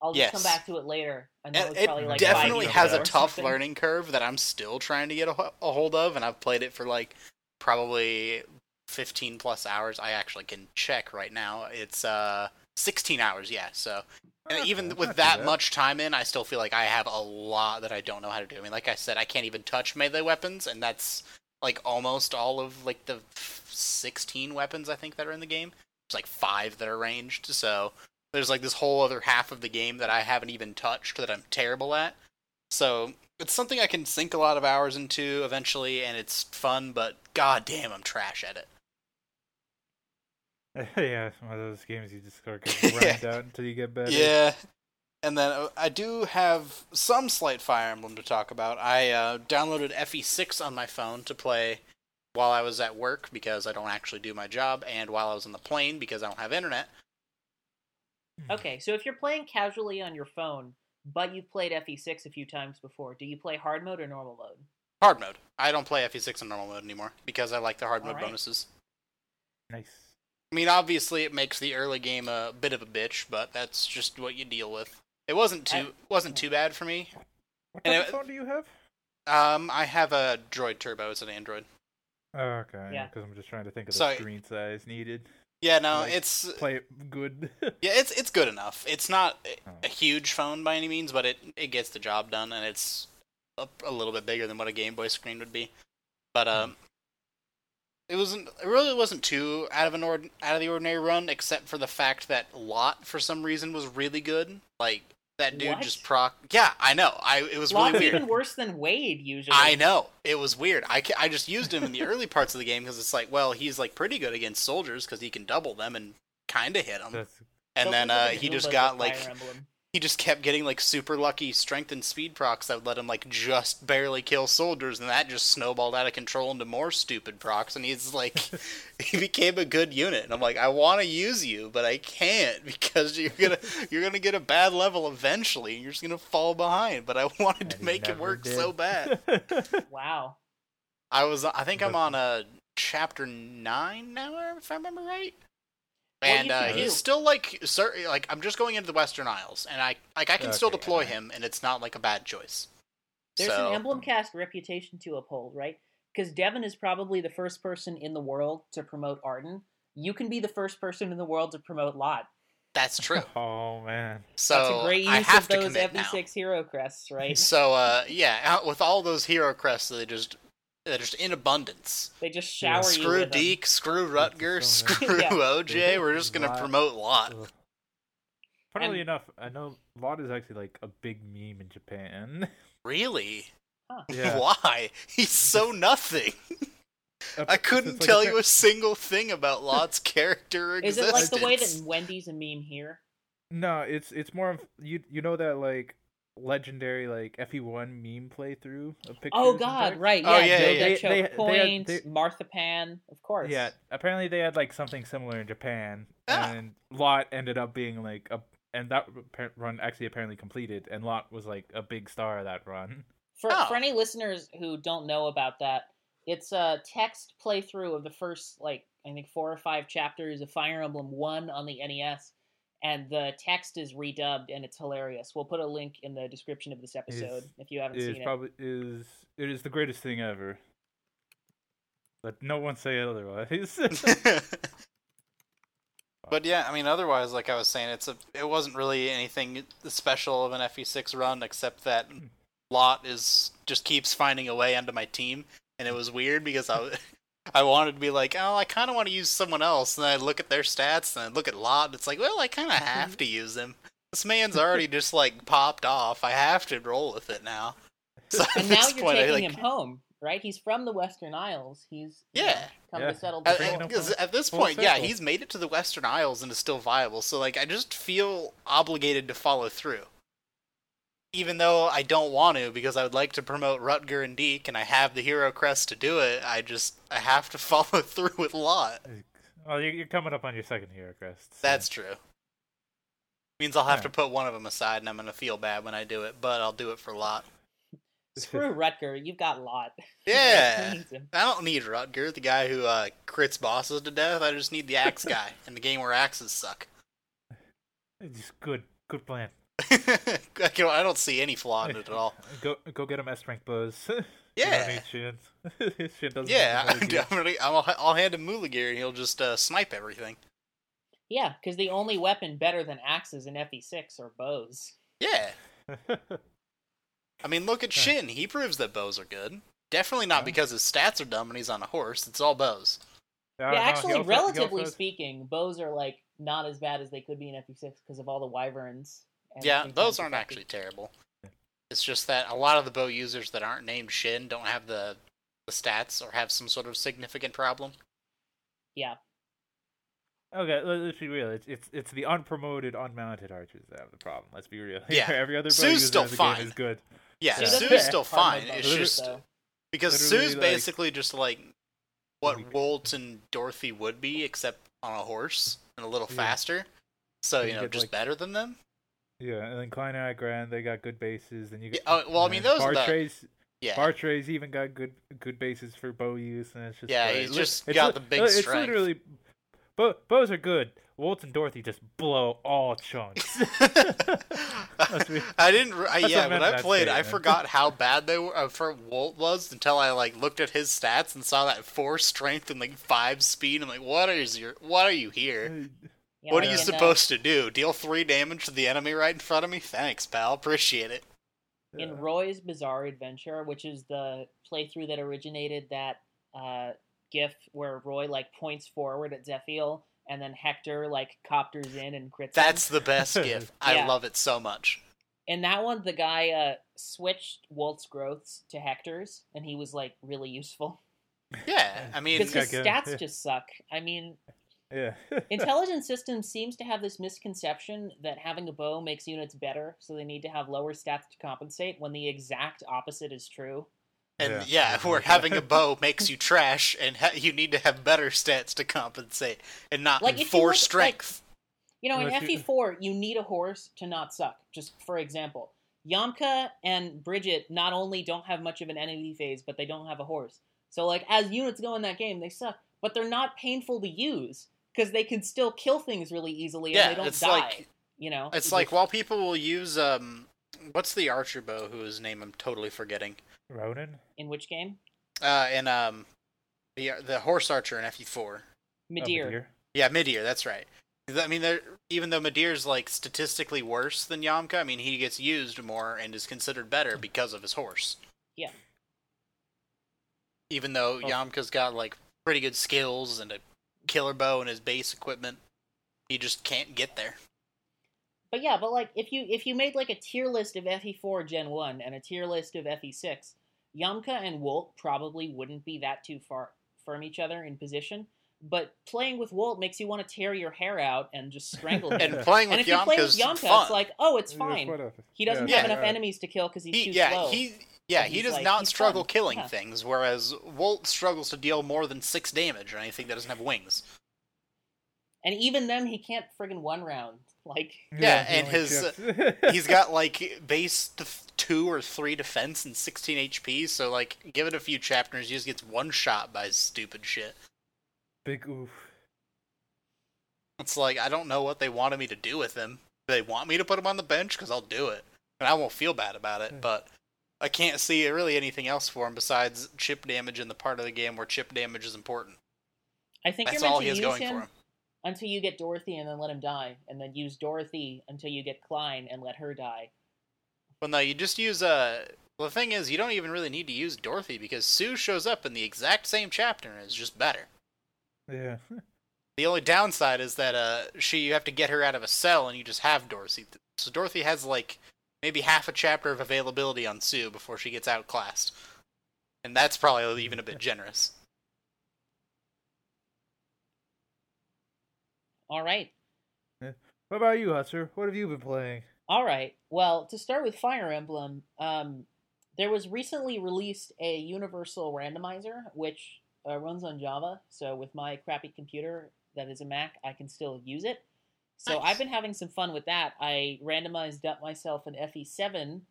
Speaker 2: I'll just come
Speaker 1: Yes.
Speaker 2: back to it later." And that
Speaker 1: It,
Speaker 2: was
Speaker 1: it
Speaker 2: probably like five
Speaker 1: definitely
Speaker 2: years
Speaker 1: has
Speaker 2: ago
Speaker 1: a
Speaker 2: or
Speaker 1: tough
Speaker 2: something.
Speaker 1: learning curve that I'm still trying to get a, ho- a hold of, and I've played it for like probably 15 plus hours. I actually can check right now. It's uh 16 hours, yeah. So and Uh, even with that much time in, I still feel like I have a lot that I don't know how to do. I mean, like I said, I can't even touch melee weapons, and that's like almost all of like the 16 weapons I think that are in the game. There's like five that are ranged, so there's like this whole other half of the game that I haven't even touched that I'm terrible at. So it's something I can sink a lot of hours into eventually, and it's fun. But goddamn, I'm trash at it.
Speaker 3: yeah, it's one of those games you just sort of grind out until you get better.
Speaker 1: Yeah. And then uh, I do have some slight Fire Emblem to talk about. I uh, downloaded FE6 on my phone to play while I was at work because I don't actually do my job, and while I was on the plane because I don't have internet.
Speaker 3: Hmm.
Speaker 2: Okay, so if you're playing casually on your phone, but you've played FE6 a few times before, do you play hard mode or normal mode?
Speaker 1: Hard mode. I don't play FE6 in normal mode anymore because I like the hard mode
Speaker 2: Alright.
Speaker 1: bonuses.
Speaker 3: Nice.
Speaker 1: I mean, obviously, it makes the early game a bit of a bitch, but that's just what you deal with. It wasn't too
Speaker 2: I-
Speaker 1: wasn't too bad for me.
Speaker 3: What
Speaker 1: And
Speaker 3: type of
Speaker 1: it-
Speaker 3: phone do you have?
Speaker 1: Um, I have a Droid Turbo. It's an Android.
Speaker 3: Oh, okay,
Speaker 2: Yeah.
Speaker 3: because I'm just trying to think of the
Speaker 1: Sorry.
Speaker 3: screen size needed.
Speaker 1: Yeah, no,
Speaker 3: Like,
Speaker 1: it's
Speaker 3: Play it good.
Speaker 1: Yeah, it's it's good enough. It's not
Speaker 3: Oh.
Speaker 1: a huge phone by any means, but it it gets the job done, and it's a, a little bit bigger than what a Game Boy screen would be. But um, it wasn't. It really wasn't too out of an ord, out of the ordinary run, except for the fact that Lot for some reason was really good. Like that dude
Speaker 2: What?
Speaker 1: just proc. Yeah, I know. I it was
Speaker 2: Lot's
Speaker 1: really weird.
Speaker 2: even worse than Wade usually.
Speaker 1: I know it was weird. I, ca- I just used him in the early parts of the game because it's like, well, he's like pretty good against soldiers because he can double them and kind of hit them
Speaker 3: That's
Speaker 1: and
Speaker 2: Those
Speaker 1: then
Speaker 2: are the
Speaker 1: uh, he
Speaker 2: Goombas
Speaker 1: just
Speaker 2: of
Speaker 1: got
Speaker 2: Fire
Speaker 1: like
Speaker 2: Emblem.
Speaker 1: he just kept getting like super lucky strength and speed procs that would let him like just barely kill soldiers, and that just snowballed out of control into more stupid procs, and he's like he became a good unit, and I'm like I want to use you, but I can't because you're gonna you're gonna get a bad level eventually, and you're just gonna fall behind. But I wanted
Speaker 3: and
Speaker 1: to
Speaker 3: he
Speaker 1: make it
Speaker 3: never
Speaker 1: work
Speaker 3: did.
Speaker 1: so bad.
Speaker 2: Wow.
Speaker 1: I was I think I'm
Speaker 3: But-
Speaker 1: on uh, chapter nine now if I remember right.
Speaker 2: Well,
Speaker 1: And
Speaker 2: you
Speaker 1: uh,
Speaker 2: can do-
Speaker 1: he's still like sir, like I'm just going into the Western Isles and I like I can still
Speaker 3: Okay,
Speaker 1: deploy
Speaker 3: alright.
Speaker 1: him and it's not like a bad choice.
Speaker 2: There's
Speaker 1: so,
Speaker 2: an emblem cast reputation to uphold, right? Because Devin is probably the first person in the world to promote Arden. You can be the first person in the world to promote Lot.
Speaker 1: That's true.
Speaker 3: Oh man.
Speaker 1: So
Speaker 2: That's a great use
Speaker 1: I have
Speaker 2: of
Speaker 1: to
Speaker 2: those
Speaker 1: commit now.
Speaker 2: FE6 hero crests, right?
Speaker 1: So uh, yeah, out with all those hero crests, they just they're just in abundance.
Speaker 2: they just
Speaker 3: Yeah.
Speaker 2: shower you
Speaker 1: screw
Speaker 2: with them.
Speaker 1: Deke, screw Rutger,
Speaker 3: so many.
Speaker 1: screw
Speaker 2: Yeah.
Speaker 1: OJ. We're just gonna
Speaker 3: Lot.
Speaker 1: promote Lot.
Speaker 3: Ugh. Funnily
Speaker 2: And-
Speaker 3: enough, I know Lot is actually like a big meme in Japan.
Speaker 1: Really?
Speaker 2: Huh.
Speaker 3: Yeah.
Speaker 1: Why? He's so nothing. I couldn't
Speaker 3: It's like
Speaker 1: tell
Speaker 3: a-
Speaker 1: you a single thing about Lot's character
Speaker 2: Is
Speaker 1: existence.
Speaker 2: it like the way that Wendy's a meme here?
Speaker 3: No, it's it's more of you. You know that like legendary like FE1 meme playthrough of pictures.
Speaker 2: Oh
Speaker 3: and
Speaker 2: God,
Speaker 3: text?
Speaker 2: right? Yeah,
Speaker 1: Oh, yeah,
Speaker 2: Joe
Speaker 1: yeah,
Speaker 2: got
Speaker 3: yeah.
Speaker 2: choke
Speaker 3: They- they had-
Speaker 2: point,
Speaker 3: they-
Speaker 2: Marthapan, of course.
Speaker 3: Yeah, apparently they had like something similar in Japan,
Speaker 1: Ah.
Speaker 3: and Lot ended up being like a and that appar- run actually apparently completed, and Lot was like a big star of that run.
Speaker 2: For
Speaker 1: Oh.
Speaker 2: for any listeners who don't know about that, it's a text playthrough of the first like I think four or five chapters of Fire Emblem One on the NES, and the text is redubbed and it's hilarious. We'll put a link in the description of this episode if you haven't
Speaker 3: It is
Speaker 2: seen
Speaker 3: probably is it is the greatest thing ever. Let no one say otherwise.
Speaker 1: but yeah, I mean, otherwise, like I was saying, it's a it wasn't really anything special of an FE6 run except that Lot is just keeps finding a way onto my team, and it was weird because I. I wanted to be like, oh, I kind of want to use someone else, and then I look at their stats, and I look at Lot, and it's like, well, I kind of have to use him. This man's already just like popped off. I have to roll with it now. So at
Speaker 2: it. And now
Speaker 1: this
Speaker 2: you're
Speaker 1: point, I,
Speaker 2: taking
Speaker 1: like,
Speaker 2: him home, right? He's from the Western Isles. He's you know,
Speaker 1: Yeah.
Speaker 2: come
Speaker 3: Yeah.
Speaker 2: to settle.
Speaker 1: At,
Speaker 3: Bringing
Speaker 2: before.
Speaker 3: up
Speaker 1: because
Speaker 3: full-
Speaker 1: at this
Speaker 3: full
Speaker 1: point, yeah,
Speaker 3: circle.
Speaker 1: he's made it to the Western Isles and is still viable. So like, I just feel obligated to follow through, even though I don't want to because I would like to promote Rutger and Deke, and I have the hero crest to do it. I just I have to follow through with Lot.
Speaker 3: well, Oh, you're, you're coming up on your second hero crest. so-
Speaker 1: That's true. Means I'll have
Speaker 3: Yeah.
Speaker 1: to put one of them aside, and I'm gonna feel bad when I do it, but I'll do it for Lot.
Speaker 2: Screw Rutger, you've got Lot.
Speaker 1: Yeah.
Speaker 2: Needs him.
Speaker 1: I don't need Rutger, the guy who uh, crits bosses to death. I just need the axe guy in the game where axes suck.
Speaker 3: It's just good, good plan.
Speaker 1: I, can, I don't see any flaw in it at all.
Speaker 3: Go, go get him S rank bows. You don't
Speaker 1: Yeah.
Speaker 3: need Shin. Shin doesn't
Speaker 1: Yeah,
Speaker 3: have to
Speaker 1: I'm,
Speaker 3: hold
Speaker 1: gonna,
Speaker 3: you.
Speaker 1: I'll, I'll hand him Mulligear and he'll just uh, snipe everything.
Speaker 2: Yeah, because the only weapon better than axes in FE6 are bows.
Speaker 1: Yeah, I mean, look at
Speaker 3: Huh.
Speaker 1: Shin. He proves that bows are good. Definitely not
Speaker 3: Yeah.
Speaker 1: because his stats are dumb and he's on a horse. It's all bows.
Speaker 3: Yeah, no, he
Speaker 2: yeah, actually,
Speaker 3: also- he
Speaker 2: relatively
Speaker 3: also-
Speaker 2: speaking, bows are like not as bad as they could be in FE6 because of all the wyverns. and
Speaker 1: yeah,
Speaker 2: things
Speaker 1: those
Speaker 2: like
Speaker 1: aren't
Speaker 2: that.
Speaker 1: actually terrible. It's just that a lot of the bow users that aren't named Shin don't have the, the stats or have some sort of significant problem.
Speaker 3: Okay, let- let's be real. It's, it's it's the unpromoted, unmounted archers that have the problem. Let's be real.
Speaker 1: Yeah.
Speaker 3: every other bow
Speaker 1: Sue's
Speaker 3: user
Speaker 1: still
Speaker 3: in the
Speaker 1: fine.
Speaker 3: game is good.
Speaker 1: Yeah,
Speaker 3: Yeah.
Speaker 2: doesn't
Speaker 1: Sue's
Speaker 2: have
Speaker 1: still
Speaker 2: hard
Speaker 1: fine.
Speaker 2: mode
Speaker 1: It's
Speaker 3: Literally-
Speaker 2: buttons,
Speaker 1: just
Speaker 2: though.
Speaker 1: because
Speaker 3: literally,
Speaker 1: Sue's
Speaker 3: like-
Speaker 1: basically just like what
Speaker 3: Like-
Speaker 1: Walt and Dorothy would be, except on a horse and a little
Speaker 3: Yeah.
Speaker 1: faster. So
Speaker 3: And
Speaker 1: you
Speaker 3: you
Speaker 1: know,
Speaker 3: get,
Speaker 1: just
Speaker 3: like-
Speaker 1: better than them.
Speaker 3: Yeah, and then Klein and Grand, they got good bases. Then you get.
Speaker 1: Yeah, oh, well, I mean, those are the-
Speaker 3: Bartray's,
Speaker 1: Yeah,
Speaker 3: Bartray's even got good good bases for bow use, and it's just
Speaker 1: Yeah,
Speaker 3: like-
Speaker 1: he's just
Speaker 3: it's
Speaker 1: got
Speaker 3: li- uh,
Speaker 1: the big
Speaker 3: It's
Speaker 1: strength.
Speaker 3: literally, bow, bows are good. Waltz and Dorothy just blow all chunks. That's weird.
Speaker 1: I didn't. re- I,
Speaker 3: That's
Speaker 1: yeah,
Speaker 3: what
Speaker 1: when
Speaker 3: meant
Speaker 1: I
Speaker 3: that
Speaker 1: played, I
Speaker 3: statement.
Speaker 1: forgot how bad they were uh, for Walt was until I like looked at his stats and saw that four strength and like five speed. I'm like, what is your? What are you here?
Speaker 2: Yeah,
Speaker 1: what are
Speaker 2: like
Speaker 1: you
Speaker 2: in, uh,
Speaker 1: supposed to do? Deal three damage to the enemy right in front of me? Thanks, pal. Appreciate it.
Speaker 3: Uh,
Speaker 2: in Roy's Bizarre Adventure, which is the playthrough that originated that uh, GIF where Roy like points forward at Zephiel and then Hector like copters in and crits. him.
Speaker 1: That's the best gift. I
Speaker 2: Yeah.
Speaker 1: love it so much.
Speaker 2: In that one, the guy uh, switched Walt's growths to Hector's, and he was like really useful
Speaker 1: Yeah, I mean,
Speaker 2: because his
Speaker 3: It's got good-
Speaker 2: stats
Speaker 3: yeah.
Speaker 2: just suck. I mean,
Speaker 3: Yeah.
Speaker 2: Intelligent Systems seems to have this misconception that having a bow makes units better, so they need to have lower stats to compensate. When the exact opposite is true.
Speaker 1: And yeah, where having a bow makes you trash, and ha- you need to have better stats to compensate, and not
Speaker 2: Like, if you
Speaker 1: four
Speaker 2: look, like-
Speaker 1: strength.
Speaker 2: You know, in
Speaker 3: Unless you-
Speaker 2: FE4, you need a horse to not suck. Just for example, Yamka and Bridget not only don't have much of an enemy phase, but they don't have a horse. So, like, as units go in that game, they suck, but they're not painful to use because they can still kill things really easily
Speaker 1: Yeah,
Speaker 2: and they don't
Speaker 1: it's
Speaker 2: die.
Speaker 1: like-
Speaker 2: you know,
Speaker 1: It's like while people will use um, what's the archer bow whose name I'm totally forgetting?
Speaker 3: Ronan? Oh,
Speaker 2: in which game?
Speaker 1: Uh, and um, the the horse archer in FE4.
Speaker 2: Midir.
Speaker 3: Deer.
Speaker 1: Yeah, Midir, that's right. I mean, they're, even though Madeir's like statistically worse than Yamka, I mean, he gets used more and is considered better because of his horse.
Speaker 2: Hmm. Yeah.
Speaker 1: Even though
Speaker 3: Oh.
Speaker 1: Yamka's got like pretty good skills and a killer bow and his base equipment, he just can't get there.
Speaker 2: But yeah, but like if you if you made like a tier list of FE4 Gen 1 and a tier list of FE6, Yamka and Wolt probably wouldn't be that too far from each other in position. But playing with Wolt makes you want to tear your hair out and just strangle him.
Speaker 1: And
Speaker 3: Yeah.
Speaker 1: playing
Speaker 2: and
Speaker 1: with
Speaker 2: if you play with
Speaker 1: Yamka's
Speaker 2: Yamka,
Speaker 1: fun.
Speaker 2: it's like, oh, it's
Speaker 3: Yeah,
Speaker 2: fine.
Speaker 3: whatever.
Speaker 2: He doesn't
Speaker 3: Yeah,
Speaker 2: have
Speaker 3: yeah,
Speaker 2: enough
Speaker 3: right.
Speaker 2: enemies to kill because he's
Speaker 1: He-
Speaker 2: too
Speaker 1: yeah,
Speaker 2: slow.
Speaker 1: he yeah,
Speaker 2: But
Speaker 1: he
Speaker 2: he's
Speaker 1: does
Speaker 2: like,
Speaker 1: not
Speaker 2: he's
Speaker 1: struggle
Speaker 2: fun.
Speaker 1: killing
Speaker 2: Yeah.
Speaker 1: things, whereas Wolt struggles to deal more than six damage on anything that doesn't have wings.
Speaker 2: And even then, he can't friggin' one round. Like,
Speaker 1: Yeah,
Speaker 3: he
Speaker 1: and
Speaker 3: only
Speaker 1: his, uh,
Speaker 3: chips.
Speaker 1: He's got like base def- two or three defense and 16 HP, so like give it a few chapters, he just gets one shot by his stupid shit.
Speaker 3: big oof.
Speaker 1: It's like I don't know what they wanted me to do with him. Do they want me to put him on the bench? Because I'll do it, and I won't feel bad about
Speaker 3: Hmm.
Speaker 1: it. But I can't see really anything else for him besides chip damage in the part of the game where chip damage is important.
Speaker 2: I think
Speaker 1: That's
Speaker 2: you're meant
Speaker 1: all
Speaker 2: to
Speaker 1: he has
Speaker 2: use
Speaker 1: going
Speaker 2: him,
Speaker 1: for him.
Speaker 2: until you get Dorothy and then let him die, and then use Dorothy until you get Klein and let her die.
Speaker 1: Well, no, you just use Uh... Well, the thing is, you don't even really need to use Dorothy because Sue shows up in the exact same chapter and is just better.
Speaker 3: Yeah.
Speaker 1: The only downside is that uh, she you have to get her out of a cell, and you just have Dorothy. So Dorothy has like maybe half a chapter of availability on Sue before she gets outclassed, and that's probably even a bit generous.
Speaker 2: All right.
Speaker 3: What about you, Husser? What have you been playing?
Speaker 2: All right. Well, to start with Fire Emblem, um, there was recently released a universal randomizer which uh, runs on Java. So with my crappy computer that is a Mac, I can still use it. So
Speaker 1: Nice.
Speaker 2: I've been having some fun with that. I randomized up myself an FE7,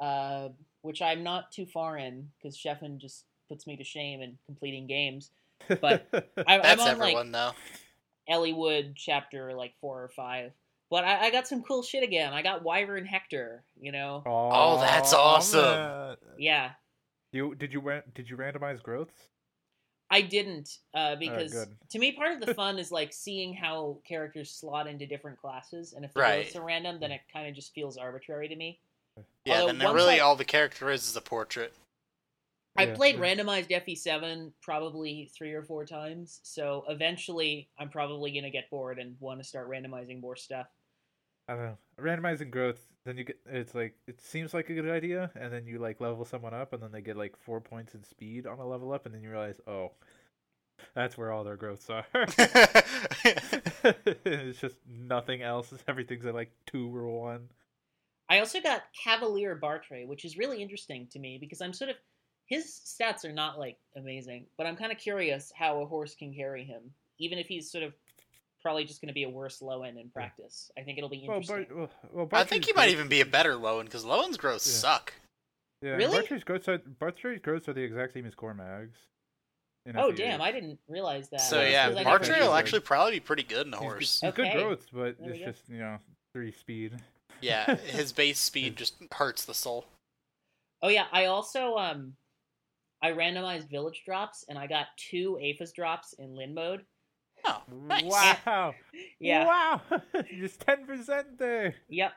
Speaker 2: uh, which I'm not too far in because Sheffin just puts me to shame in completing games. But I,
Speaker 1: That's
Speaker 2: I'm on like
Speaker 1: everyone though.
Speaker 2: Ellie Wood chapter like four or five. But I, I got some cool shit again. I got Wyvern Hector, you know.
Speaker 1: Oh, that's awesome.
Speaker 3: man.
Speaker 2: Yeah,
Speaker 3: You did you ran- did you randomize growths?
Speaker 2: I didn't uh, because
Speaker 3: good.
Speaker 2: to me part of the fun is like seeing how characters slot into different classes, and if the
Speaker 1: Right.
Speaker 2: growths are random, then it kind of just feels arbitrary to me.
Speaker 1: Yeah,
Speaker 2: although
Speaker 1: then they're
Speaker 2: once
Speaker 1: really
Speaker 2: I-
Speaker 1: all the character is is a portrait.
Speaker 2: I
Speaker 3: Yeah.
Speaker 2: played randomized FE7 probably three or four times, so eventually I'm probably gonna get bored and want to start randomizing more stuff.
Speaker 3: I don't know. Randomizing growth, then you get it's like it seems like a good idea, and then you like level someone up, and then they get like four points in speed on a level up, and then you realize, oh, that's where all their growths are. it's just nothing else. Everything's at like two or one.
Speaker 2: I also got Cavalier Bartre, which is really interesting to me because I'm sort of his stats are not like amazing, but I'm kind of curious how a horse can carry him, even if he's sort of probably just going to be a worse low end in practice. I think it'll be
Speaker 3: Well,
Speaker 2: interesting.
Speaker 3: Bart, well, well
Speaker 1: I think
Speaker 3: Bartrey's
Speaker 1: he might
Speaker 3: growth-
Speaker 1: even be a better Lowen because Lowen's growths
Speaker 3: Yeah.
Speaker 1: suck.
Speaker 3: yeah, and
Speaker 2: Really?
Speaker 3: Bartrey's growths are Bartrey's growths are the exact same as Cormag's. in
Speaker 2: oh
Speaker 3: FU8.
Speaker 2: damn, I didn't realize that.
Speaker 1: So
Speaker 3: Yeah,
Speaker 1: yeah,
Speaker 2: Because I
Speaker 3: Bartre
Speaker 1: Martre
Speaker 2: never-
Speaker 1: will
Speaker 3: usually-
Speaker 1: actually probably be pretty good in a
Speaker 3: He's-
Speaker 1: horse.
Speaker 3: He's
Speaker 2: Okay.
Speaker 3: good growths, but
Speaker 2: There we
Speaker 3: it's
Speaker 2: go.
Speaker 3: just you know three speed.
Speaker 1: Yeah, his base speed just hurts the soul.
Speaker 2: Oh yeah, I also um, I randomized village drops and I got two Aphis drops in Lin mode.
Speaker 1: Oh, nice.
Speaker 3: Wow.
Speaker 2: Yeah.
Speaker 3: Wow. Just ten percent there.
Speaker 2: Yep.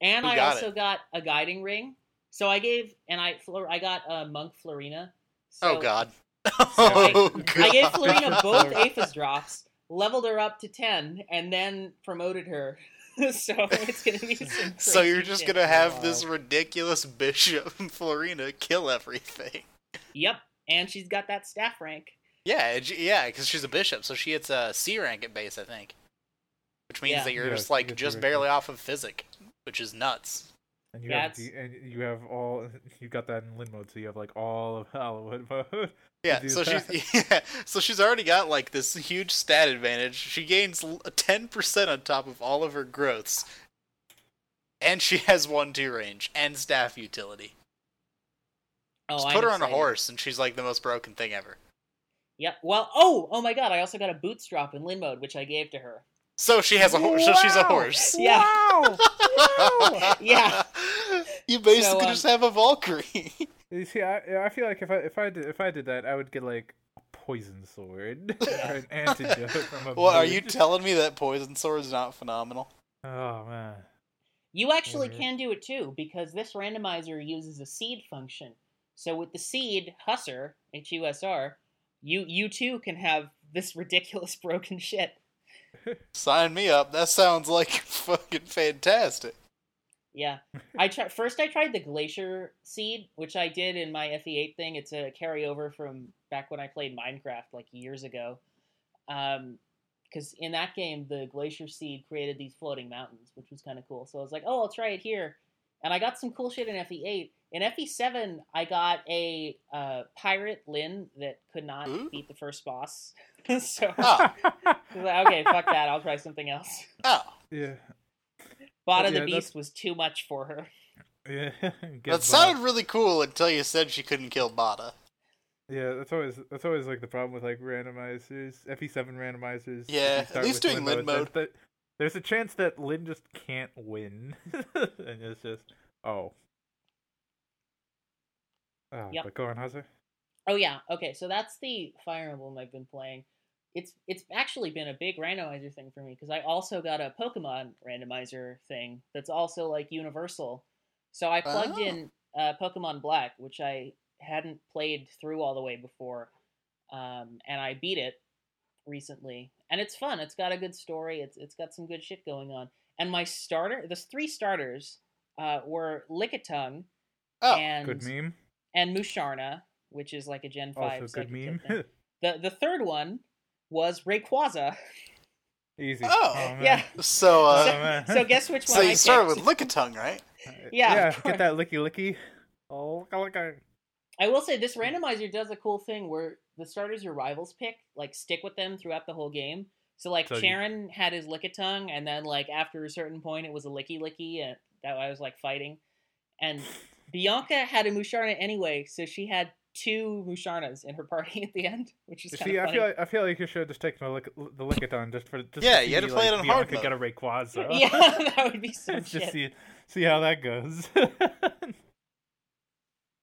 Speaker 2: And
Speaker 1: Who
Speaker 2: I
Speaker 1: got
Speaker 2: also
Speaker 1: it?
Speaker 2: got a guiding ring. So I gave and I Flor- I got uh, monk Florina. So
Speaker 1: oh God.
Speaker 2: I-
Speaker 1: Oh God.
Speaker 2: I gave Florina both Aphis drops, leveled her up to ten, and then promoted her. so it's gonna be some.
Speaker 1: So you're
Speaker 2: crazy
Speaker 1: just
Speaker 2: shit.
Speaker 1: gonna have
Speaker 3: Wow.
Speaker 1: this ridiculous bishop Florina kill everything.
Speaker 2: Yep, and she's got that staff rank.
Speaker 1: Yeah, and she- yeah, because she's a bishop, so she gets a C rank at base, I think, which means
Speaker 2: Yeah.
Speaker 1: that you're
Speaker 3: Yeah,
Speaker 1: just
Speaker 3: she
Speaker 1: like
Speaker 3: gets a
Speaker 1: just
Speaker 3: bishop.
Speaker 1: barely off of physic, which is nuts.
Speaker 3: And you
Speaker 2: Yeah,
Speaker 3: have the, and you have all you got that in Lin mode, so you have like all of Hollywood mode.
Speaker 1: Yeah,
Speaker 3: do
Speaker 1: so she's yeah, so she's already got like this huge stat advantage. She gains ten percent on top of all of her growths, and she has one two range and staff utility.
Speaker 2: Oh,
Speaker 1: Just
Speaker 2: I'm
Speaker 1: put her on a
Speaker 2: excited.
Speaker 1: horse, and she's like the most broken thing ever.
Speaker 2: Yep. Well, oh, oh my God! I also got a boots drop in Lin mode, which I gave to her.
Speaker 1: So she has a horse. So she's a
Speaker 3: Wow!
Speaker 1: horse.
Speaker 2: Yeah.
Speaker 3: Wow. wow.
Speaker 2: Yeah.
Speaker 1: You
Speaker 2: So,
Speaker 1: basically
Speaker 2: um,
Speaker 1: just have a Valkyrie.
Speaker 3: You see, I, I feel like if I if I did if I did that, I would get like a poison sword or an antidote from a.
Speaker 1: Well, are
Speaker 3: boot.
Speaker 1: you telling me that poison sword is not phenomenal?
Speaker 3: Oh man.
Speaker 2: You actually
Speaker 3: Mhm.
Speaker 2: can do it too, because this randomizer uses a seed function. So with the seed, Husser, H U S R, you you too can have this ridiculous broken shit.
Speaker 1: Sign me up. That sounds like fucking fantastic.
Speaker 2: Yeah. I try first I tried the glacier seed, which I did in my FE8 thing. It's a carryover from back when I played Minecraft like years ago. Um cuz in that game the glacier seed created these floating mountains, which was kind of cool. So I was like, "Oh, I'll try it here." And I got some cool shit in FE8. In FE7, I got a uh, pirate Lin that could not
Speaker 1: Ooh.
Speaker 2: beat the first boss. so I
Speaker 1: Oh,
Speaker 2: was like, "Okay, fuck that. I'll try something else."
Speaker 1: oh.
Speaker 3: yeah.
Speaker 2: Bot of
Speaker 3: yeah,
Speaker 2: the
Speaker 3: that's-
Speaker 2: Beast was too much for her.
Speaker 3: Yeah. Get
Speaker 1: That
Speaker 3: Bob.
Speaker 1: sounded really cool until you said she couldn't kill Bada.
Speaker 3: Yeah, that's always that's always like the problem with like randomizers, FE7 randomizers. if you
Speaker 1: Yeah, at
Speaker 3: start
Speaker 1: least
Speaker 3: with
Speaker 1: doing Lin
Speaker 3: it's
Speaker 1: mode.
Speaker 3: just that- there's a chance that Lin just can't win, and it's just oh. Oh,
Speaker 2: Yep.
Speaker 3: but go on, Hazard.
Speaker 2: Oh yeah. Okay, so that's the Fire Emblem I've been playing. It's it's actually been a big randomizer thing for me because I also got a Pokemon randomizer thing that's also like universal. So I plugged
Speaker 1: Oh.
Speaker 2: in uh, Pokemon Black, which I hadn't played through all the way before, um, and I beat it recently. And it's fun. It's got a good story. It's it's got some good shit going on. And my starter, the three starters, uh, were Lickitung
Speaker 1: Oh,
Speaker 2: and
Speaker 3: Good meme.
Speaker 2: and Musharna, which is like a Gen Five.
Speaker 3: Also
Speaker 2: psychic
Speaker 3: Oh, good meme.
Speaker 2: type thing. the the third one was Rayquaza.
Speaker 3: Easy.
Speaker 1: Oh.
Speaker 3: man.
Speaker 2: Yeah.
Speaker 1: So,
Speaker 3: Oh,
Speaker 1: uh,
Speaker 3: man.
Speaker 2: So guess which one?
Speaker 1: so
Speaker 2: I
Speaker 1: you started with
Speaker 2: picked?
Speaker 1: Lickitung, right?
Speaker 2: yeah,
Speaker 3: Uh, Yeah.
Speaker 2: of course.
Speaker 3: Get that licky licky. Oh, licka licka.
Speaker 2: I will say this randomizer does a cool thing where the starters your rivals pick like stick with them throughout the whole game. So like
Speaker 3: So you-
Speaker 2: Charon had his Lickitung, and then like after a certain point, it was a Licky Licky, and that I was like fighting. And Bianca had a Musharna anyway, so she had two Musharnas in her party at the end, which is kind
Speaker 3: See,
Speaker 2: of
Speaker 3: I
Speaker 2: funny.
Speaker 3: feel like, I feel like you should have just taken the lick the lickathon just for just
Speaker 1: Yeah,
Speaker 3: To
Speaker 1: you had
Speaker 3: see,
Speaker 1: to play
Speaker 3: like,
Speaker 1: it on hard
Speaker 3: Bianca Get a Rayquaza.
Speaker 2: yeah, that would be so
Speaker 3: Let's
Speaker 2: Oh, shit.
Speaker 3: just see see how that goes.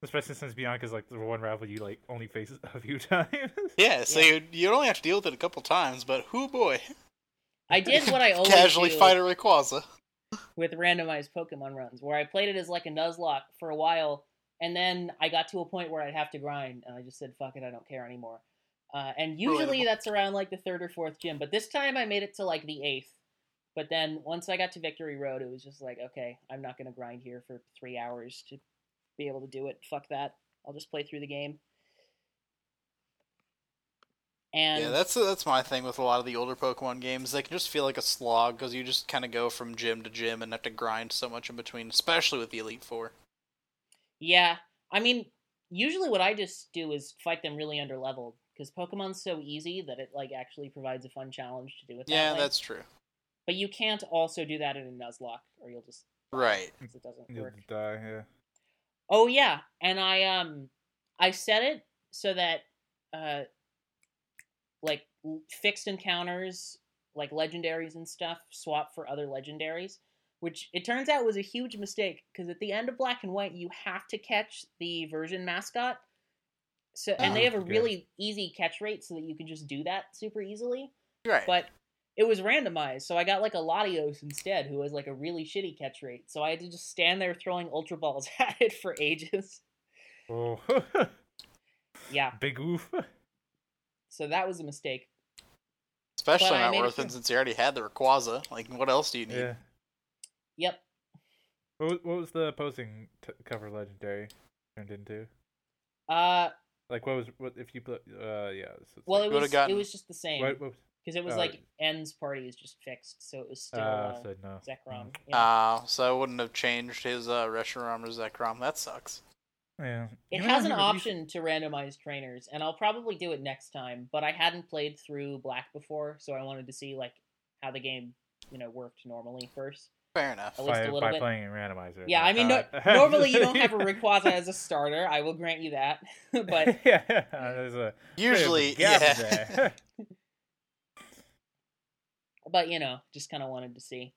Speaker 3: Especially since Bianca's like the one rival you like only faces a few times.
Speaker 1: Yeah, so
Speaker 2: Yeah.
Speaker 1: You, you'd only have to deal with it a couple times, but whoo boy. Oh,
Speaker 2: I did what I always
Speaker 1: Casually
Speaker 2: do.
Speaker 1: fight a Rayquaza.
Speaker 2: with randomized Pokemon runs, where I played it as like a Nuzlocke for a while, and then I got to a point where I'd have to grind, and I just said, "Fuck it, I don't care anymore." Uh, and usually
Speaker 1: Relatable.
Speaker 2: that's around like the third or fourth gym, but this time I made it to like the eighth. But then once I got to Victory Road, it was just like, okay, I'm not gonna grind here for three hours to be able to do it. Fuck that. I'll just play through the game. And
Speaker 1: yeah, that's that's my thing with a lot of the older Pokemon games. They can just feel like a slog because you just kind of go from gym to gym and have to grind so much in between, especially with the Elite Four.
Speaker 2: Yeah, I mean, usually what I just do is fight them really under leveled because Pokemon's so easy that it like actually provides a fun challenge to do it. That
Speaker 1: yeah,
Speaker 2: way.
Speaker 1: that's true.
Speaker 2: But you can't also do that in a Nuzlocke, or you'll just
Speaker 1: Right.
Speaker 2: 'cause it doesn't
Speaker 3: You'll
Speaker 2: work.
Speaker 3: die, yeah.
Speaker 2: Oh yeah, and I um I set it so that uh like l- fixed encounters, like legendaries and stuff, swap for other legendaries, which it turns out was a huge mistake because at the end of Black and White you have to catch the version mascot. So and they
Speaker 1: Oh,
Speaker 2: have a
Speaker 3: okay.
Speaker 2: really easy catch rate so that you can just do that super easily
Speaker 1: Right.
Speaker 2: but it was randomized, so I got like a Latios instead, who was like a really shitty catch rate. So I had to just stand there throwing ultra balls at it for ages.
Speaker 3: Oh.
Speaker 2: Yeah,
Speaker 3: Big oof.
Speaker 2: so that was a mistake.
Speaker 1: especially
Speaker 2: but I
Speaker 1: not
Speaker 2: made it
Speaker 1: worth
Speaker 2: through.
Speaker 1: it since you already had the Rayquaza. Like, what else do you need?
Speaker 3: Yeah.
Speaker 2: Yep.
Speaker 3: What was, what was the opposing t- cover legendary turned into?
Speaker 2: Uh,
Speaker 3: Like what was what if you put uh yeah, so it's
Speaker 2: well, it
Speaker 3: like,
Speaker 1: would've
Speaker 2: was
Speaker 1: gotten-
Speaker 2: it was just the same
Speaker 3: what, what was,
Speaker 2: because it was
Speaker 3: uh,
Speaker 2: like N's party is just fixed, so it was still
Speaker 3: uh,
Speaker 2: uh,
Speaker 3: so no.
Speaker 2: Zekrom.
Speaker 3: Mm.
Speaker 2: Yeah.
Speaker 1: Uh, so I wouldn't have changed his uh, Reshiram or Zekrom. That sucks.
Speaker 3: Yeah.
Speaker 2: it
Speaker 3: You
Speaker 2: has an
Speaker 3: remember these-
Speaker 2: option to randomize trainers, and I'll probably do it next time. But I hadn't played through Black before, so I wanted to see like how the game you know worked normally first.
Speaker 1: Fair enough.
Speaker 2: At least a
Speaker 3: by,
Speaker 2: little
Speaker 3: by
Speaker 2: bit.
Speaker 3: playing in randomizer.
Speaker 2: Yeah, I
Speaker 3: like,
Speaker 2: mean, no,
Speaker 3: uh,
Speaker 2: normally you don't have a
Speaker 3: yeah.
Speaker 2: Rayquaza as a starter. I will grant you that, but
Speaker 3: yeah, there's a there's a
Speaker 1: Usually,
Speaker 3: gap
Speaker 1: yeah.
Speaker 3: there.
Speaker 2: but you know, just kind of wanted to see.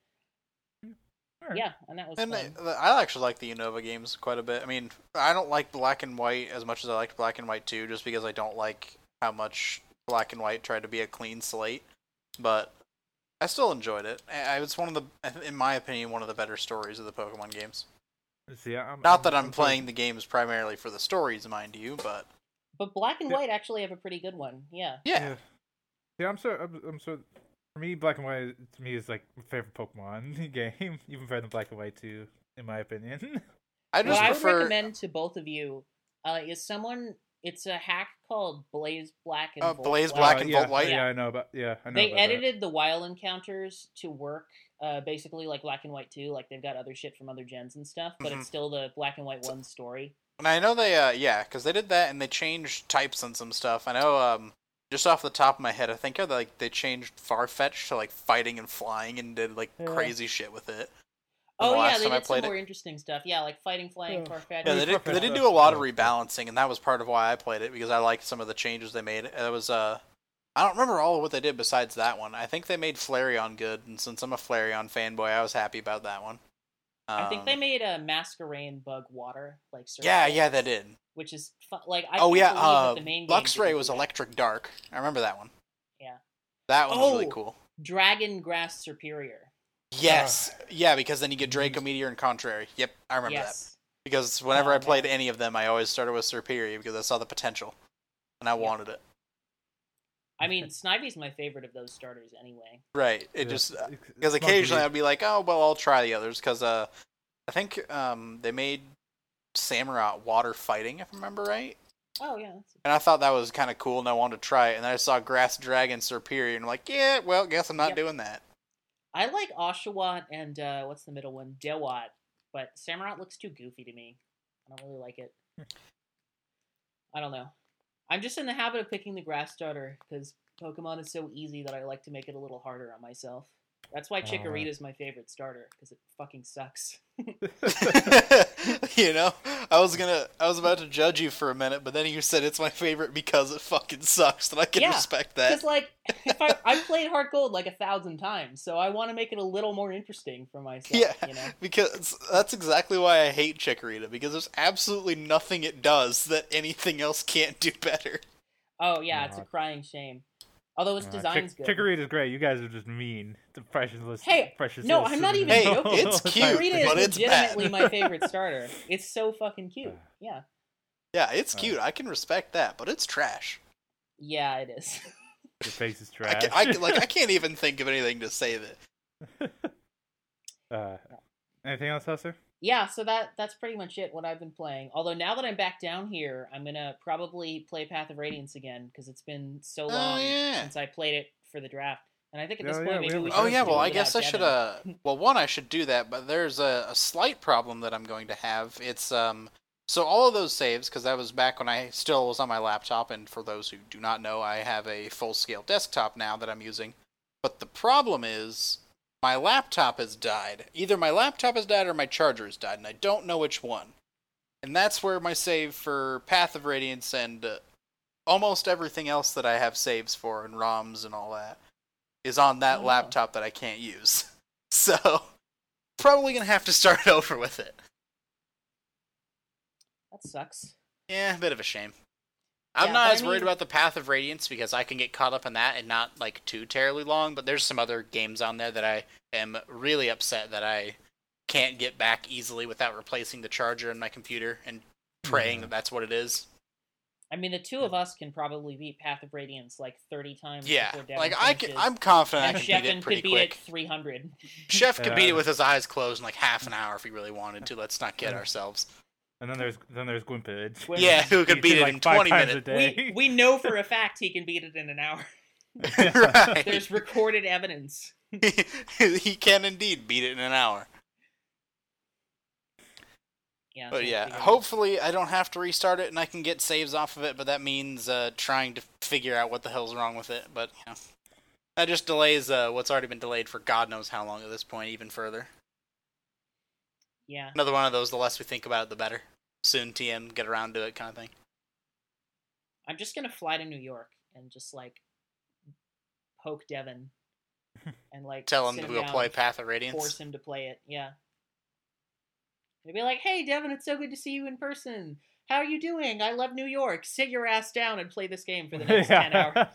Speaker 3: Sure.
Speaker 2: Yeah, and that was
Speaker 1: And
Speaker 2: fun.
Speaker 1: uh, I actually like the Unova games quite a bit. I mean, I don't like Black and White as much as I liked Black and White 2, just because I don't like how much Black and White tried to be a clean slate, but I still enjoyed it. I- I- It's one of the, in my opinion, one of the better stories of the Pokemon games.
Speaker 3: See, I'm,
Speaker 1: Not
Speaker 2: Mm-hmm.
Speaker 1: that I'm playing the games primarily for the stories, mind you, but
Speaker 2: But Black and
Speaker 3: Yeah.
Speaker 2: White actually have a pretty good one. Yeah.
Speaker 1: yeah,
Speaker 3: Yeah, I'm so I'm, I'm so. For me, Black and White to me is like my favorite Pokemon game, even better than Black and White Two, in my opinion.
Speaker 1: I
Speaker 2: What
Speaker 1: just
Speaker 2: I would
Speaker 1: prefer.
Speaker 2: recommend to both of you uh, is someone. It's a hack called Blaze Black and
Speaker 1: Uh,
Speaker 2: Volt
Speaker 1: Blaze
Speaker 2: White.
Speaker 1: Black
Speaker 3: Uh,
Speaker 1: and
Speaker 3: yeah,
Speaker 1: Volt White?
Speaker 3: Yeah, I know about. Yeah, I know.
Speaker 2: they
Speaker 3: about that.
Speaker 2: edited the wild encounters to work uh, basically like black and white too like they've got other shit from other gens and stuff but
Speaker 1: Mhm.
Speaker 2: it's still the black and white one story
Speaker 1: And I know they, uh, yeah, because they did that and they changed types and some stuff. I know, um, just off the top of my head, I think uh, like they changed Farfetch to like fighting and flying and did like
Speaker 3: Yeah.
Speaker 1: crazy shit with it. From
Speaker 2: oh
Speaker 1: the
Speaker 2: yeah
Speaker 1: last
Speaker 2: they
Speaker 1: time I
Speaker 2: did some
Speaker 1: played it.
Speaker 2: more interesting stuff yeah like fighting flying
Speaker 3: Yeah.
Speaker 2: farfetch
Speaker 1: Yeah,
Speaker 3: Yeah,
Speaker 1: they did.
Speaker 3: Farfetch
Speaker 1: They did
Speaker 3: does
Speaker 1: do a lot of
Speaker 3: stuff.
Speaker 1: rebalancing, and that was part of why I played it because I liked some of the changes they made. It was uh, I don't remember all of what they did besides that one. I think they made Flareon good, and since I'm a Flareon fanboy, I was happy about that one.
Speaker 2: i think they
Speaker 1: Um,
Speaker 2: made a masquerade bug water like circle,
Speaker 1: Yeah, yeah, they did.
Speaker 2: which is fu- like i
Speaker 1: oh
Speaker 2: can't
Speaker 1: yeah,
Speaker 2: believe
Speaker 1: uh,
Speaker 2: that the main game
Speaker 1: Luxray
Speaker 2: didn't
Speaker 1: was
Speaker 2: do that.
Speaker 1: Electric Dark. I remember that one.
Speaker 2: Yeah.
Speaker 1: That one was really
Speaker 2: Oh!
Speaker 1: cool.
Speaker 2: dragon grass superior
Speaker 1: Yes, yeah, because then you get Draco
Speaker 3: Mhm.
Speaker 1: Meteor and Contrary. Yep, I remember that.
Speaker 2: yes
Speaker 1: Because whenever
Speaker 2: Oh,
Speaker 1: I played
Speaker 2: man.
Speaker 1: any of them, I always started with Superior because I saw the potential, and I
Speaker 2: Yeah.
Speaker 1: wanted it.
Speaker 2: i mean snivy's my favorite of those starters anyway
Speaker 1: Right. It
Speaker 3: Yeah,
Speaker 1: just uh,
Speaker 3: it's- it's
Speaker 1: because
Speaker 3: not
Speaker 1: occasionally
Speaker 3: really-
Speaker 1: I'd be like, oh well, I'll try the others because uh, I think um they made Samurott water fighting if I remember right,
Speaker 2: oh yeah that's
Speaker 1: and I thought that was kind of cool and I wanted to try it, and then I saw Grass Dragon Superior and I'm like, yeah, well, guess I'm not
Speaker 2: Yep.
Speaker 1: doing that.
Speaker 2: I like Oshawott and uh, what's the middle one? Dewat, but Samurott looks too goofy to me. I don't really like it. I don't know. I'm just in the habit of picking the grass starter because Pokemon is so easy that I like to make it a little harder on myself. That's why
Speaker 3: Oh, right.
Speaker 2: Chikorita is my favorite starter because it fucking sucks.
Speaker 1: you know, I was gonna, I was about to judge you for a minute, but then you said it's my favorite because it fucking sucks, and I can
Speaker 2: Yeah,
Speaker 1: respect that.
Speaker 2: Because like, if I I played Heart Gold like a thousand times, so I want to make it a little more interesting for myself.
Speaker 1: Yeah.
Speaker 2: You know.
Speaker 1: Because that's exactly why I hate Chikorita, because there's absolutely nothing it does that anything else can't do better.
Speaker 2: Oh yeah, it's a
Speaker 3: Nah.
Speaker 2: crying shame. Although its
Speaker 3: Uh,
Speaker 2: design's
Speaker 3: Chick-
Speaker 2: good.
Speaker 3: Chikorita's great. You guys are just mean. The precious.
Speaker 2: Hey,
Speaker 3: precious
Speaker 2: no,
Speaker 3: little
Speaker 2: I'm not
Speaker 3: cinnamon
Speaker 2: even
Speaker 1: Hey,
Speaker 3: roll.
Speaker 2: joking.
Speaker 1: it's
Speaker 3: Sorry.
Speaker 1: cute,
Speaker 2: Chikorita
Speaker 1: but
Speaker 2: is
Speaker 1: it's bad.
Speaker 2: legitimately my favorite starter. It's so fucking cute. Yeah.
Speaker 1: Yeah, it's
Speaker 3: Uh.
Speaker 1: cute. I can respect that, but it's trash.
Speaker 2: Yeah, it is.
Speaker 3: Your face is
Speaker 1: I,
Speaker 3: trash.
Speaker 1: can, I can- like I can't even think of anything to say that.
Speaker 3: uh, anything else, Husser?
Speaker 2: yeah, so that that's pretty much it what I've been playing. Although now that I'm back down here, I'm going to probably play Path of Radiance again because it's been so long
Speaker 1: Oh, yeah.
Speaker 2: since I played it for the draft. And I think at this
Speaker 3: Oh,
Speaker 2: point
Speaker 3: yeah, we
Speaker 2: maybe we should
Speaker 3: haven't
Speaker 1: Oh yeah,
Speaker 2: just do
Speaker 1: well
Speaker 2: it
Speaker 1: I guess I
Speaker 2: without
Speaker 1: should
Speaker 2: Devin.
Speaker 1: uh well one I should do that, but there's a, a slight problem that I'm going to have. It's um so all of those saves because that was back when I still was on my laptop, and for those who do not know, I have a full scale desktop now that I'm using. But the problem is my laptop has died. Either my laptop has died or my charger has died, and I don't know which one. And that's where my save for Path of Radiance and uh, almost everything else that I have saves for and ROMs and all that is on that
Speaker 2: Oh.
Speaker 1: laptop that I can't use. So probably gonna have to start over with it.
Speaker 2: That sucks.
Speaker 1: Yeah, a bit of a shame. I'm
Speaker 2: Yeah,
Speaker 1: not
Speaker 2: but
Speaker 1: as
Speaker 2: I
Speaker 1: worried
Speaker 2: mean-
Speaker 1: about the Path of Radiance because I can get caught up in that and not like too terribly long, but there's some other games on there that I am really upset that I can't get back easily without replacing the charger in my computer and praying
Speaker 3: Yeah.
Speaker 1: that that's what it is.
Speaker 2: I mean, the two of us can probably beat Path of Radiance like 30 times
Speaker 1: Yeah.
Speaker 2: before Devin
Speaker 1: Like I can,
Speaker 2: finishes,
Speaker 1: I'm confident
Speaker 2: and
Speaker 1: I can beat
Speaker 2: Sheffin
Speaker 1: it pretty
Speaker 2: could beat
Speaker 1: quick.
Speaker 2: it 300.
Speaker 1: Chef could
Speaker 3: Yeah,
Speaker 1: beat it
Speaker 3: I-
Speaker 1: with his eyes closed in like half an hour if he really wanted to. Let's not kid
Speaker 3: Yeah.
Speaker 1: ourselves.
Speaker 3: And then there's then there's Gwimpage.
Speaker 2: Gwyn-
Speaker 1: Yeah, who could
Speaker 3: He
Speaker 1: beat it
Speaker 3: like
Speaker 1: in
Speaker 3: five
Speaker 1: 20
Speaker 3: times a
Speaker 1: minutes?
Speaker 2: we
Speaker 3: day.
Speaker 2: we know for a fact he can beat it in an hour.
Speaker 1: right.
Speaker 2: There's recorded evidence.
Speaker 1: he can indeed beat it in an hour.
Speaker 2: Yeah. so
Speaker 1: But
Speaker 2: we'll
Speaker 1: yeah,
Speaker 2: figure it out.
Speaker 1: hopefully I don't have to restart it and I can get saves off of it, but that means uh, trying to figure out what the hell's wrong with it. But you know, that just delays uh, what's already been delayed for God knows how long at this point, even further.
Speaker 2: Yeah.
Speaker 1: Another one of those, the less we think about it, the better. Soon TM, get around to it kind of thing.
Speaker 2: I'm just gonna fly to New York and just like poke Devin and like
Speaker 1: Tell him
Speaker 2: sit
Speaker 1: we'll
Speaker 2: down,
Speaker 1: play Path of Radiance.
Speaker 2: force him to play it. Yeah. They'd be like, "Hey, Devin, it's so good to see you in person. How are you doing? I love New York. Sit your ass down and play this game for the next 10 hours.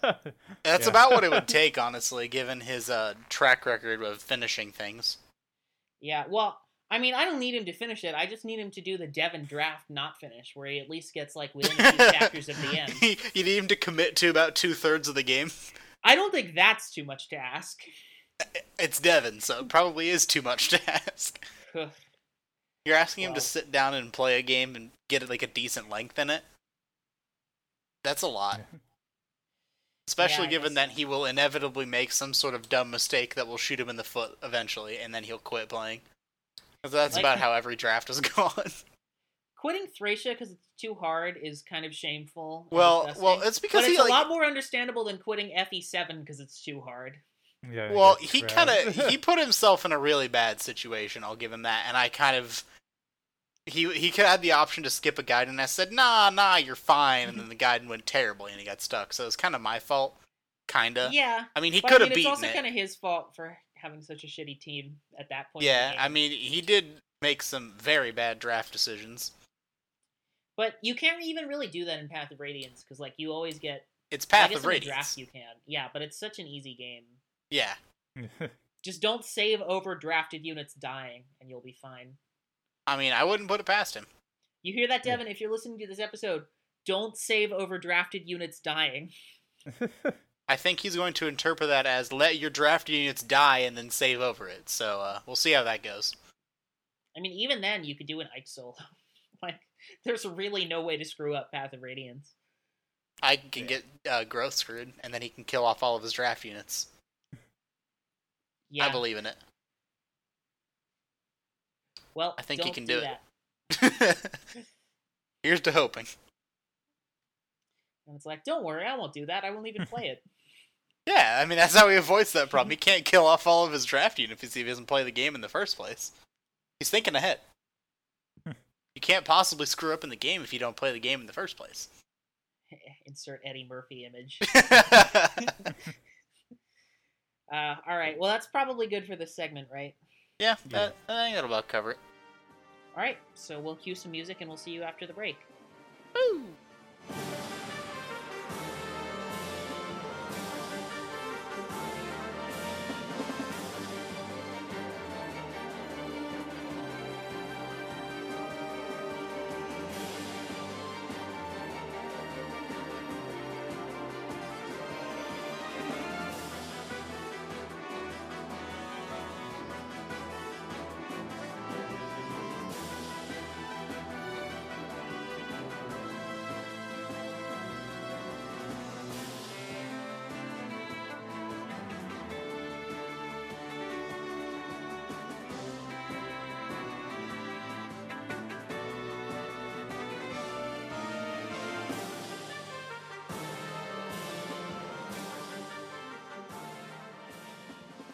Speaker 1: That's
Speaker 3: Yeah.
Speaker 1: about what it would take, honestly, given his uh, track record of finishing things.
Speaker 2: Yeah, well, I mean, I don't need him to finish it. I just need him to do the Devon draft not finish, where he at least gets, like, within a few chapters of the end.
Speaker 1: you need him to commit to about two thirds of the game.
Speaker 2: I don't think that's too much to ask.
Speaker 1: It's Devin, so it probably is too much to ask.
Speaker 2: Ugh.
Speaker 1: You're asking him
Speaker 2: Wow.
Speaker 1: to sit down and play a game and get like a decent length in it. That's a lot. Especially
Speaker 2: Yeah, I
Speaker 1: given
Speaker 2: guess
Speaker 1: that
Speaker 2: so.
Speaker 1: he will inevitably make some sort of dumb mistake that will shoot him in the foot eventually, and then he'll quit playing. 'Cause That's
Speaker 2: Like-
Speaker 1: about how every draft has gone.
Speaker 2: Quitting Thracia because it's too hard is kind of shameful. and
Speaker 1: well,
Speaker 2: disgusting,
Speaker 1: well, it's because
Speaker 2: but
Speaker 1: he
Speaker 2: it's a
Speaker 1: like
Speaker 2: lot more understandable than quitting FE7 because it's too hard.
Speaker 3: Yeah,
Speaker 1: Well,
Speaker 3: that's
Speaker 1: he
Speaker 3: crap.
Speaker 1: kind of he put himself in a really bad situation. I'll give him that. And I kind of he he could had the option to skip a guide, and I said, "Nah, nah, you're fine." And then the guide went terribly, and he got stuck. So it's kind of my fault, kinda.
Speaker 2: Yeah,
Speaker 1: I mean, he
Speaker 2: but
Speaker 1: could
Speaker 2: I
Speaker 1: have
Speaker 2: mean, it's
Speaker 1: beaten
Speaker 2: also
Speaker 1: it.
Speaker 2: kind of his fault for having such a shitty team at that point. in the
Speaker 1: yeah,
Speaker 2: game.
Speaker 1: I mean, he did make some very bad draft decisions.
Speaker 2: but you can't even really do that in Path of Radiance because, like, you always get
Speaker 1: It's
Speaker 2: I
Speaker 1: Path
Speaker 2: guess
Speaker 1: of
Speaker 2: in the
Speaker 1: Radiance.
Speaker 2: Draft you can, yeah, but it's such an easy game.
Speaker 1: Yeah,
Speaker 2: Just don't save over drafted units dying, and you'll be fine.
Speaker 1: I mean, I wouldn't put it past him.
Speaker 2: You hear that,
Speaker 3: Yeah.
Speaker 2: Devin? If you're listening to this episode, don't save over drafted units dying.
Speaker 1: I think he's going to interpret that as let your draft units die and then save over it. So uh, we'll see how that goes.
Speaker 2: I mean, even then, you could do an Ike solo. like, there's really no way to screw up Path of Radiance.
Speaker 1: I can
Speaker 3: Yeah.
Speaker 1: get uh, growth screwed, and then he can kill off all of his draft units.
Speaker 2: Yeah.
Speaker 1: I believe in it.
Speaker 2: well,
Speaker 1: I think he
Speaker 2: don't
Speaker 1: can
Speaker 2: do
Speaker 1: do it.
Speaker 2: that.
Speaker 1: Here's to hoping.
Speaker 2: And it's like, don't worry, I won't do that. I won't even play it.
Speaker 1: Yeah, I mean that's how he avoids that problem. He can't kill off all of his draft units if he doesn't play the game in the first place. He's thinking ahead. you can't possibly screw up in the game if you don't play the game in the first place.
Speaker 2: Insert Eddie Murphy image.
Speaker 1: yeah,
Speaker 2: Uh, all right. Well, that's probably good for this segment, right?
Speaker 1: that, I think that'll about cover it.
Speaker 2: All right. So we'll cue some music, and we'll see you after the break.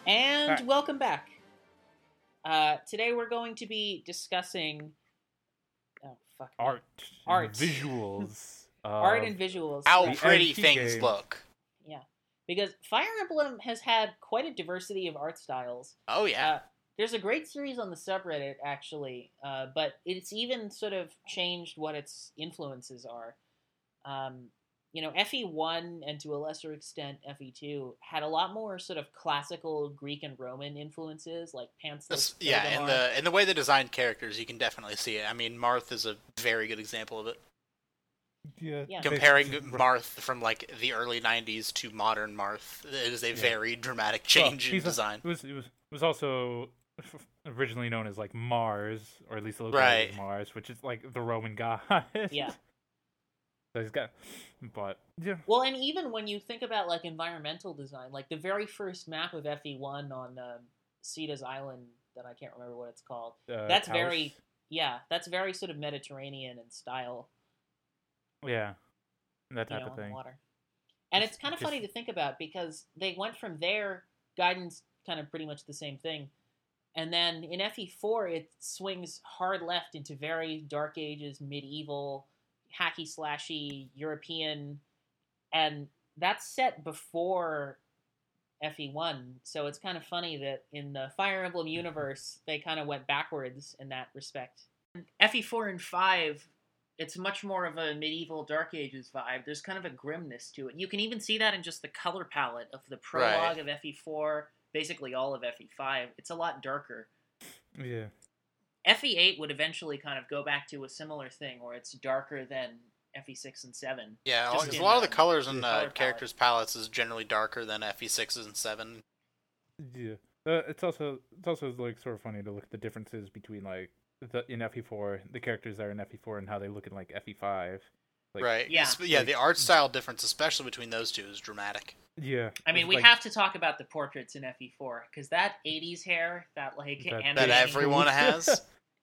Speaker 2: And
Speaker 3: Alright.
Speaker 2: welcome back. Uh, today we're going to be discussing oh fuck me.
Speaker 3: art,
Speaker 2: Art.
Speaker 3: and visuals, um,
Speaker 2: art
Speaker 3: of-
Speaker 2: and visuals.
Speaker 1: How
Speaker 2: Yeah.
Speaker 3: The
Speaker 1: pretty
Speaker 3: NT
Speaker 1: things
Speaker 3: game.
Speaker 1: look.
Speaker 2: Because Fire Emblem has had quite a diversity of art styles.
Speaker 1: Oh yeah.
Speaker 2: Uh, there's a great series on the subreddit actually, uh, but it's even sort of changed what its influences are. Um, you know, FE1 and to a lesser extent FE2 had a lot more sort of classical Greek and Roman influences, like pantsless.
Speaker 1: This- yeah,
Speaker 2: Pergamon.
Speaker 1: and the and the way they designed characters, you can definitely see it. I mean, Marth is a very good example of it.
Speaker 3: yeah,
Speaker 2: Yeah.
Speaker 3: they-
Speaker 1: comparing
Speaker 3: they-
Speaker 1: Marth from like the early '90s to modern Marth, it is a
Speaker 3: Yeah.
Speaker 1: very dramatic
Speaker 3: well,
Speaker 1: change in
Speaker 3: he's a-
Speaker 1: design.
Speaker 3: It was it was it was also originally known as like Mars, or at least a little
Speaker 1: Right.
Speaker 3: Mars, which is like the Roman god.
Speaker 2: Yeah.
Speaker 3: so he's got, but yeah,
Speaker 2: Well, and even when you think about like environmental design, like the very first map of FE1 on um, Ceda's Island, that I can't remember what it's called.
Speaker 3: uh,
Speaker 2: That's
Speaker 3: Talos.
Speaker 2: very- Yeah, that's very sort of Mediterranean in style,
Speaker 3: yeah, that
Speaker 2: you know,
Speaker 3: type of
Speaker 2: on
Speaker 3: thing.
Speaker 2: the water. And
Speaker 3: Just-
Speaker 2: it's kind of
Speaker 3: just-
Speaker 2: funny to think about because they went from there, guidance kind of pretty much the same thing. And then in FE4, it swings hard left into very dark ages, medieval, hacky slashy, European, and that's set before FE1. So it's kind of funny that in the Fire Emblem E universe, they kind of went backwards in that respect. FE4 and 5 it's much more of a medieval Dark Ages vibe. There's kind of a grimness to it. You can even see that in just the color palette of the prologue of FE4, basically all of FE5. It's a lot darker.
Speaker 3: Yeah.
Speaker 2: FE8 would eventually kind of go back to a similar thing where it's darker than FE6 and 7.
Speaker 1: Yeah,
Speaker 2: Just
Speaker 1: 'cause
Speaker 2: in
Speaker 1: a lot of
Speaker 2: the-
Speaker 1: the colors and
Speaker 3: the
Speaker 1: uh,
Speaker 2: color
Speaker 1: characters' palettes is generally darker than FE6s and 7.
Speaker 3: Yeah. Uh, it's also it's also like sort of funny to look at the differences between like the in FE4 the characters that are in FE4 and how they look in like E FE5. Like,
Speaker 1: right.
Speaker 2: Yeah.
Speaker 1: It's- yeah,
Speaker 3: Like-
Speaker 1: the art style difference, especially between those two, is dramatic.
Speaker 3: Yeah.
Speaker 2: I mean,
Speaker 3: it's
Speaker 2: we
Speaker 3: like-
Speaker 2: have to talk about the portraits in FE4 because that 80s hair, that like
Speaker 3: That-
Speaker 2: anime,
Speaker 1: That everyone has.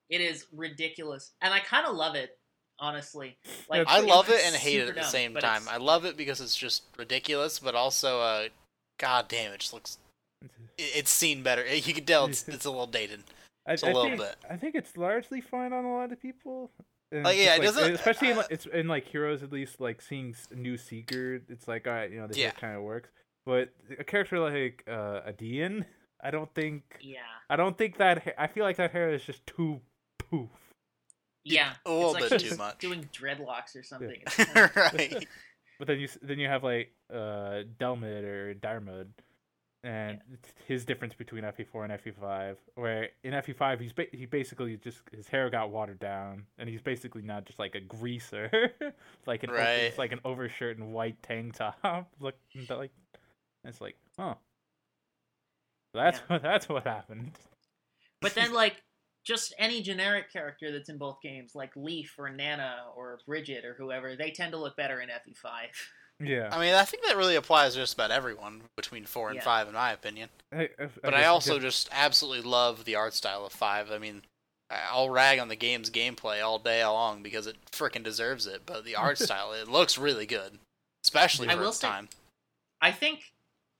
Speaker 2: it is ridiculous, and I kind of love it, honestly. Like
Speaker 1: I
Speaker 3: That's-
Speaker 1: love it
Speaker 2: it's
Speaker 1: and hate it
Speaker 2: super
Speaker 1: at the
Speaker 2: dumb,
Speaker 1: same
Speaker 2: but
Speaker 1: time.
Speaker 2: it's-
Speaker 1: I love it because it's just ridiculous, but also, uh, god damn, it just looks. it- It's seen better. Eh, You can tell it's, it's a little dated.
Speaker 3: I,
Speaker 1: It's a
Speaker 3: I
Speaker 1: little
Speaker 3: think,
Speaker 1: bit.
Speaker 3: I think it's largely fine on a lot of people. And
Speaker 1: Like,
Speaker 3: just,
Speaker 1: yeah, it doesn't-
Speaker 3: especially in,
Speaker 1: I-
Speaker 3: like, it's in like heroes at least like seeing s- new seeker. It's like all right, you know this
Speaker 1: Yeah.
Speaker 3: kind of works. But a character like uh, a Dean, I don't think
Speaker 2: yeah,
Speaker 3: I don't think that ha- I feel like that hair is just too poof.
Speaker 2: yeah,
Speaker 1: A little
Speaker 2: it's like
Speaker 1: bit
Speaker 2: she's
Speaker 1: too much.
Speaker 2: Doing dreadlocks or something. It's kinda-
Speaker 1: right.
Speaker 3: But then you s- then you have like uh Delmid or Darmod, and it's his difference between FE4 and FE5, where in FE5 he's ba- he basically just his hair got watered down, and he's basically now just like a greaser, like an o-
Speaker 1: Right.
Speaker 3: it's like an overshirt and white tank top. Look and they're like, and it's like, huh. That's
Speaker 2: Yeah.
Speaker 3: what that's what happened.
Speaker 2: But then, like, just any generic character that's in both games, like Leaf or Nana or Bridget or whoever, they tend to look better in E FE5.
Speaker 3: Yeah,
Speaker 1: I mean, I think that really applies to just about everyone between 4 and
Speaker 2: Yeah.
Speaker 1: 5, in my opinion.
Speaker 3: I- I-
Speaker 1: But
Speaker 3: guess
Speaker 1: I also
Speaker 3: just-
Speaker 1: just absolutely love the art style of Five. I mean, I- I'll rag on the game's gameplay all day long because it frickin' deserves it. But the art style, it looks really good, especially
Speaker 2: I
Speaker 1: for
Speaker 2: will
Speaker 1: its
Speaker 2: say-
Speaker 1: time.
Speaker 2: I think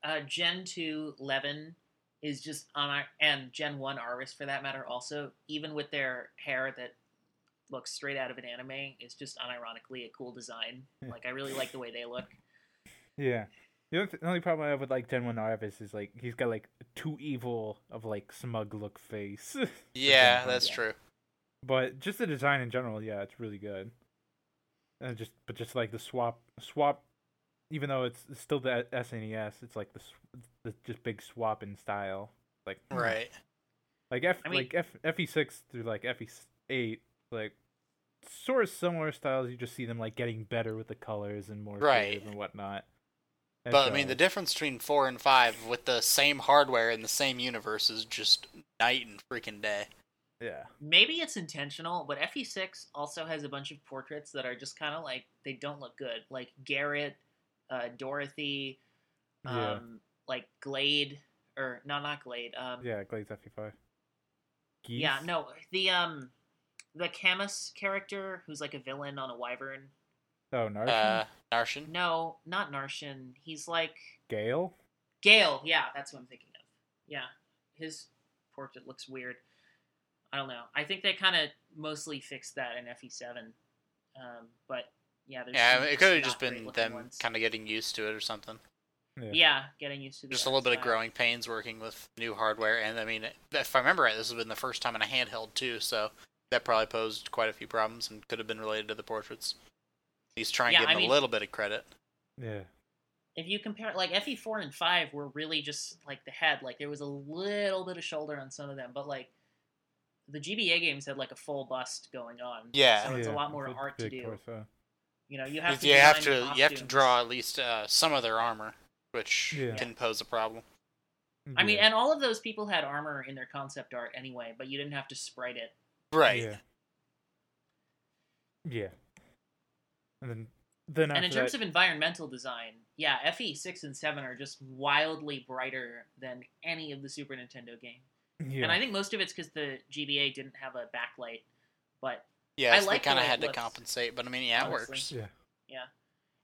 Speaker 2: uh, Gen 2 Levin is just on our, and Gen 1 Arvis for that matter, also, even with their hair that looks straight out of an anime, is just unironically a cool design.
Speaker 3: Yeah.
Speaker 2: Like, I really like the way they look.
Speaker 3: Yeah. The only, th- the only problem I have with like Gen One Arvis is like he's got like too evil of like smug look face. for Gen
Speaker 1: Yeah,
Speaker 3: one.
Speaker 1: that's
Speaker 2: Yeah.
Speaker 1: true.
Speaker 3: But just the design in general, yeah, it's really good. And just but just like the swap swap, even though it's it's still the SNES, E it's like the, sw- the just big swap in style. Like hmm.
Speaker 1: Right.
Speaker 3: like F
Speaker 2: I mean-
Speaker 3: like F FE six through like FE eight like sort of similar styles. You just see them like getting better with the colors and more
Speaker 1: Right.
Speaker 3: creative and whatnot. And
Speaker 1: But I mean,
Speaker 3: so-
Speaker 1: the difference between 4 and 5 with the same hardware in the same universe is just night and freaking day.
Speaker 3: yeah.
Speaker 2: Maybe it's intentional, but FE6 also has a bunch of portraits that are just kind of like they don't look good, like Garrett, uh, Dorothy, um,
Speaker 3: Yeah.
Speaker 2: like Glade, or no, not Glade. Um, yeah,
Speaker 3: Yeah, Glades FE5. Geese?
Speaker 2: no, the um, the Camus character who's like a villain on a wyvern.
Speaker 3: Oh, Narsh?
Speaker 1: Uh, Narshan?
Speaker 2: No, not Narshan. He's like
Speaker 3: Gale?
Speaker 2: Gale. Yeah, that's what I'm thinking of. Yeah, his portrait looks weird. I don't know. I think they kind of mostly fixed that in FE7, um, but yeah, there's
Speaker 1: Yeah, I
Speaker 2: some
Speaker 1: mean, it could have
Speaker 2: not
Speaker 1: just been
Speaker 2: great-looking
Speaker 1: them
Speaker 2: ones.
Speaker 1: kind of getting used to it or something.
Speaker 3: Yeah.
Speaker 2: yeah, getting used to the
Speaker 1: just a little bit of
Speaker 2: style.
Speaker 1: growing pains working with new hardware and i mean if i remember right this has been the first time in a handheld too so that probably posed quite a few problems and could have been related to the portraits he's trying
Speaker 2: Yeah,
Speaker 1: to give
Speaker 2: I
Speaker 1: him
Speaker 2: mean-
Speaker 1: a little bit of credit
Speaker 3: Yeah.
Speaker 2: If you compare, like FE4 and five were really just like the head. Like there was a little bit of shoulder on some of them, but like the GBA games had like a full bust going on.
Speaker 1: Yeah.
Speaker 2: so it's a
Speaker 3: Yeah,
Speaker 2: lot more
Speaker 3: big-
Speaker 2: art to
Speaker 3: big uh,
Speaker 2: do.
Speaker 3: torso.
Speaker 2: You know, you have to
Speaker 1: you have
Speaker 2: design
Speaker 1: to you have to
Speaker 2: costumes.
Speaker 1: draw at least uh, some of their armor which
Speaker 3: Yeah.
Speaker 1: can pose a problem
Speaker 2: I mean,
Speaker 3: Yeah.
Speaker 2: and all of those people had armor in their concept art anyway, but you didn't have to sprite it.
Speaker 1: right
Speaker 3: Yeah. Yeah. And then, then
Speaker 2: and
Speaker 3: after
Speaker 2: in terms of
Speaker 3: that,
Speaker 2: environmental design, yeah, FE6 and 7 are just wildly brighter than any of the Super Nintendo game.
Speaker 3: yeah.
Speaker 2: And I think most of it's because the GBA didn't have a backlight, but
Speaker 1: yeah
Speaker 2: I
Speaker 1: so
Speaker 2: like the
Speaker 1: they kind of
Speaker 2: way it
Speaker 1: had to
Speaker 2: looks,
Speaker 1: compensate but i mean yeah it
Speaker 2: honestly.
Speaker 1: works
Speaker 3: yeah.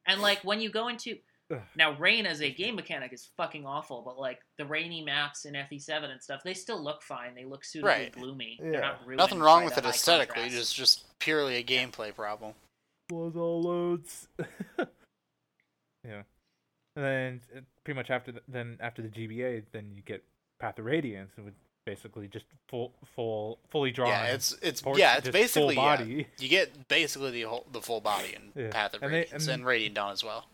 Speaker 2: And like when you go into
Speaker 3: Ugh.
Speaker 2: now rain as a game mechanic is fucking awful, but like the rainy maps in FE7 and stuff, they still look fine. They look suitably
Speaker 1: Right.
Speaker 2: gloomy.
Speaker 3: Yeah.
Speaker 2: They're not ruined
Speaker 1: nothing wrong
Speaker 2: by
Speaker 1: with
Speaker 2: the
Speaker 1: it
Speaker 2: high
Speaker 1: aesthetically
Speaker 2: contrast.
Speaker 1: it's just purely a gameplay problem
Speaker 3: blows all loads. yeah. And then uh, pretty much after the, then after the GBA, then you get Path of Radiance, which basically just full, full, fully drawn.
Speaker 1: yeah, it's it's
Speaker 3: Or
Speaker 1: yeah, it's
Speaker 3: just
Speaker 1: basically
Speaker 3: full
Speaker 1: yeah,
Speaker 3: body.
Speaker 1: you get basically the whole the full body in
Speaker 3: Yeah.
Speaker 1: Path of
Speaker 3: And they-
Speaker 1: Radiance
Speaker 3: and-
Speaker 1: and, Radiant Dawn as well.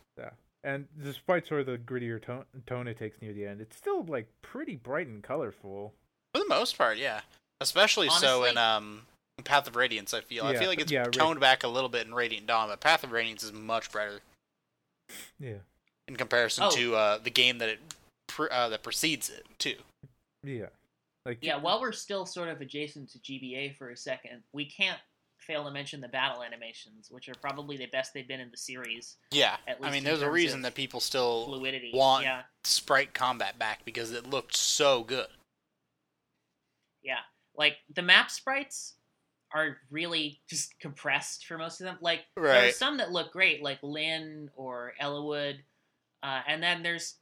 Speaker 3: And despite sort of the grittier tone, tone it takes near the end, it's still like pretty bright and colorful.
Speaker 1: For the most part, yeah. Especially so in
Speaker 2: Honestly-
Speaker 1: um Path of Radiance, I feel. I
Speaker 3: Yeah,
Speaker 1: feel like it's
Speaker 3: yeah, Ra-
Speaker 1: toned back a little bit in Radiant Dawn, but Path of Radiance is much better
Speaker 3: Yeah,
Speaker 1: in comparison
Speaker 2: Oh.
Speaker 1: to uh, the game that it pre- uh, that precedes it too.
Speaker 3: yeah, like
Speaker 2: Yeah, while we're still sort of adjacent to GBA for a second, we can't fail to mention the battle animations, which are probably the best they've been in the series.
Speaker 1: Yeah,
Speaker 2: At
Speaker 1: I
Speaker 2: least
Speaker 1: mean,
Speaker 2: in
Speaker 1: there's a
Speaker 2: terms
Speaker 1: reason
Speaker 2: of
Speaker 1: that people still
Speaker 2: Fluidity.
Speaker 1: One.
Speaker 2: Yeah,
Speaker 1: sprite combat back because it looked so good.
Speaker 2: yeah. Like the map sprites are really just compressed for most of them. Like there are
Speaker 1: Right.
Speaker 2: some that look great, like Lynn or Ellawood, uh, and then there's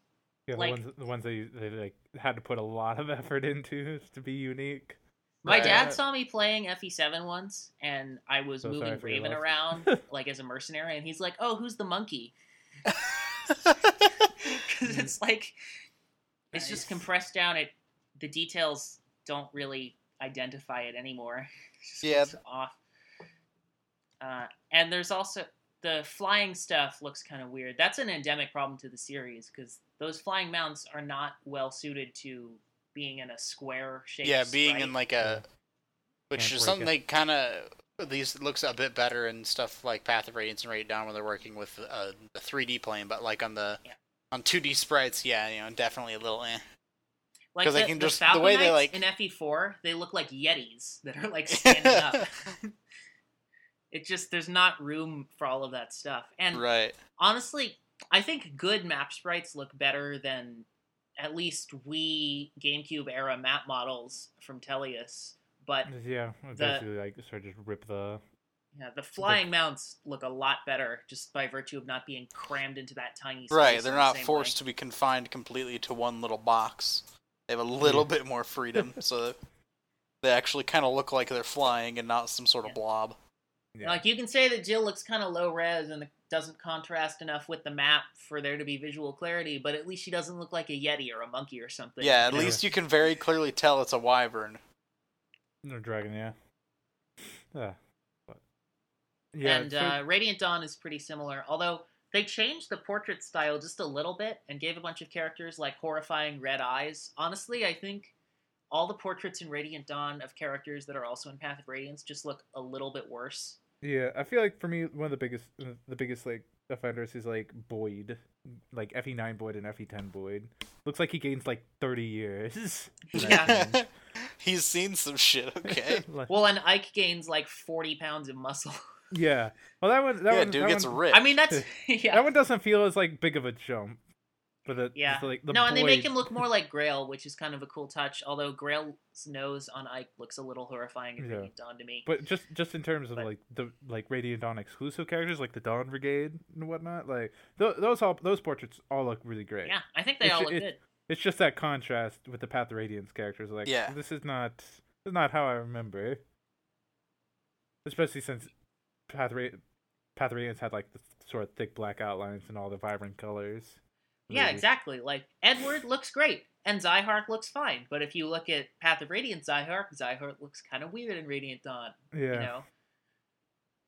Speaker 3: yeah, the
Speaker 2: like-
Speaker 3: ones the ones they they like had to put a lot of effort into to be unique.
Speaker 2: My
Speaker 1: Right.
Speaker 2: dad saw me playing FE7 once, and I was
Speaker 3: So sorry
Speaker 2: moving
Speaker 3: for your
Speaker 2: Raven
Speaker 3: loss.
Speaker 2: around like as a mercenary, and he's like, "Oh, who's the monkey?" Because it's like it's
Speaker 1: Nice.
Speaker 2: just compressed down. It the details don't really identify it anymore. It's just
Speaker 1: Yeah.
Speaker 2: what's off. Uh, and there's also the flying stuff looks kind of weird. That's an endemic problem to the series because those flying mounts are not well suited to being in a square shape.
Speaker 1: yeah, being in like a,
Speaker 3: Yeah.
Speaker 1: which is
Speaker 3: Can't break
Speaker 1: something
Speaker 3: it.
Speaker 1: they kind of at least looks a bit better in stuff like Path of Radiance and Raid Dawn when they're working with uh, the 3D plane, but like on the
Speaker 2: Yeah.
Speaker 1: on 2D sprites, yeah, you know, definitely a little. Eh.
Speaker 2: Like
Speaker 1: 'Cause
Speaker 2: the,
Speaker 1: they can
Speaker 2: the
Speaker 1: just- the way they,
Speaker 2: Falconites
Speaker 1: like-
Speaker 2: in FE4, they look like yetis that are like standing up. It just there's not room for all of that stuff. And
Speaker 1: right.
Speaker 2: honestly, I think good map sprites look better than at least Wii GameCube era map models from Teleus. But
Speaker 3: Yeah,
Speaker 2: The-
Speaker 3: basically like sort of just rip the
Speaker 2: yeah, the flying mounts look a lot better just by virtue of not being crammed into that tiny space.
Speaker 1: Right,
Speaker 2: in
Speaker 1: they're
Speaker 2: the
Speaker 1: not
Speaker 2: same way.
Speaker 1: forced to be confined completely to one little box. They have a
Speaker 3: Mm-hmm.
Speaker 1: little bit more freedom, so they actually kind of look like they're flying and not some sort of
Speaker 2: Yeah.
Speaker 1: blob.
Speaker 3: yeah.
Speaker 2: Like you can say that Jill looks kind of low res and doesn't contrast enough with the map for there to be visual clarity, but at least she doesn't look like a yeti or a monkey or something.
Speaker 1: yeah, at
Speaker 2: you know?
Speaker 1: least you can very clearly tell it's a wyvern.
Speaker 3: no dragon. Yeah, yeah, but yeah,
Speaker 2: and
Speaker 3: so-
Speaker 2: uh, Radiant Dawn is pretty similar, although they changed the portrait style just a little bit and gave a bunch of characters like horrifying red eyes. Honestly, I think all the portraits in Radiant Dawn of characters that are also in Path of Radiance just look a little bit worse.
Speaker 3: Yeah, I feel like for me one of the biggest uh, the biggest like offenders is like Boyd, like FE nine Boyd and FE ten Boyd. Looks like he gains like thirty years.
Speaker 2: Yeah.
Speaker 1: He's seen some shit, okay?
Speaker 3: Like-
Speaker 2: Well, and Ike gains like 40 pounds of muscle.
Speaker 3: yeah. Well, that one. That
Speaker 1: yeah,
Speaker 3: one,
Speaker 1: dude
Speaker 3: that
Speaker 1: gets
Speaker 3: one,
Speaker 1: ripped.
Speaker 2: I mean, that's yeah.
Speaker 3: That one doesn't feel as like big of a jump. But the,
Speaker 2: Yeah.
Speaker 3: just, like, the
Speaker 2: no, and they make
Speaker 3: Boyd-
Speaker 2: him look more like Grail, which is kind of a cool touch. Although Grail's nose on Ike looks a little horrifying and
Speaker 3: Yeah.
Speaker 2: Radiant Dawn to me.
Speaker 3: But just just in terms of
Speaker 2: But-
Speaker 3: like the like Radiant Dawn exclusive characters like the Dawn Brigade and whatnot, like th- those all those portraits all look really great.
Speaker 2: yeah, I think they
Speaker 3: It's-
Speaker 2: all look
Speaker 3: it-
Speaker 2: good.
Speaker 3: It's just that contrast with the Path of Radiance characters. Like,
Speaker 1: Yeah.
Speaker 3: this is not this is not how I remember. Especially since Path of, Ra- Path of Radiance had like the sort of thick black outlines and all the vibrant colors.
Speaker 2: Yeah,
Speaker 3: Really-
Speaker 2: exactly. Like Edward looks great and Zyhark looks fine, but if you look at Path of Radiant Zyhark, Zyhark looks kind of weird in Radiant Dawn.
Speaker 3: Yeah,
Speaker 2: You know,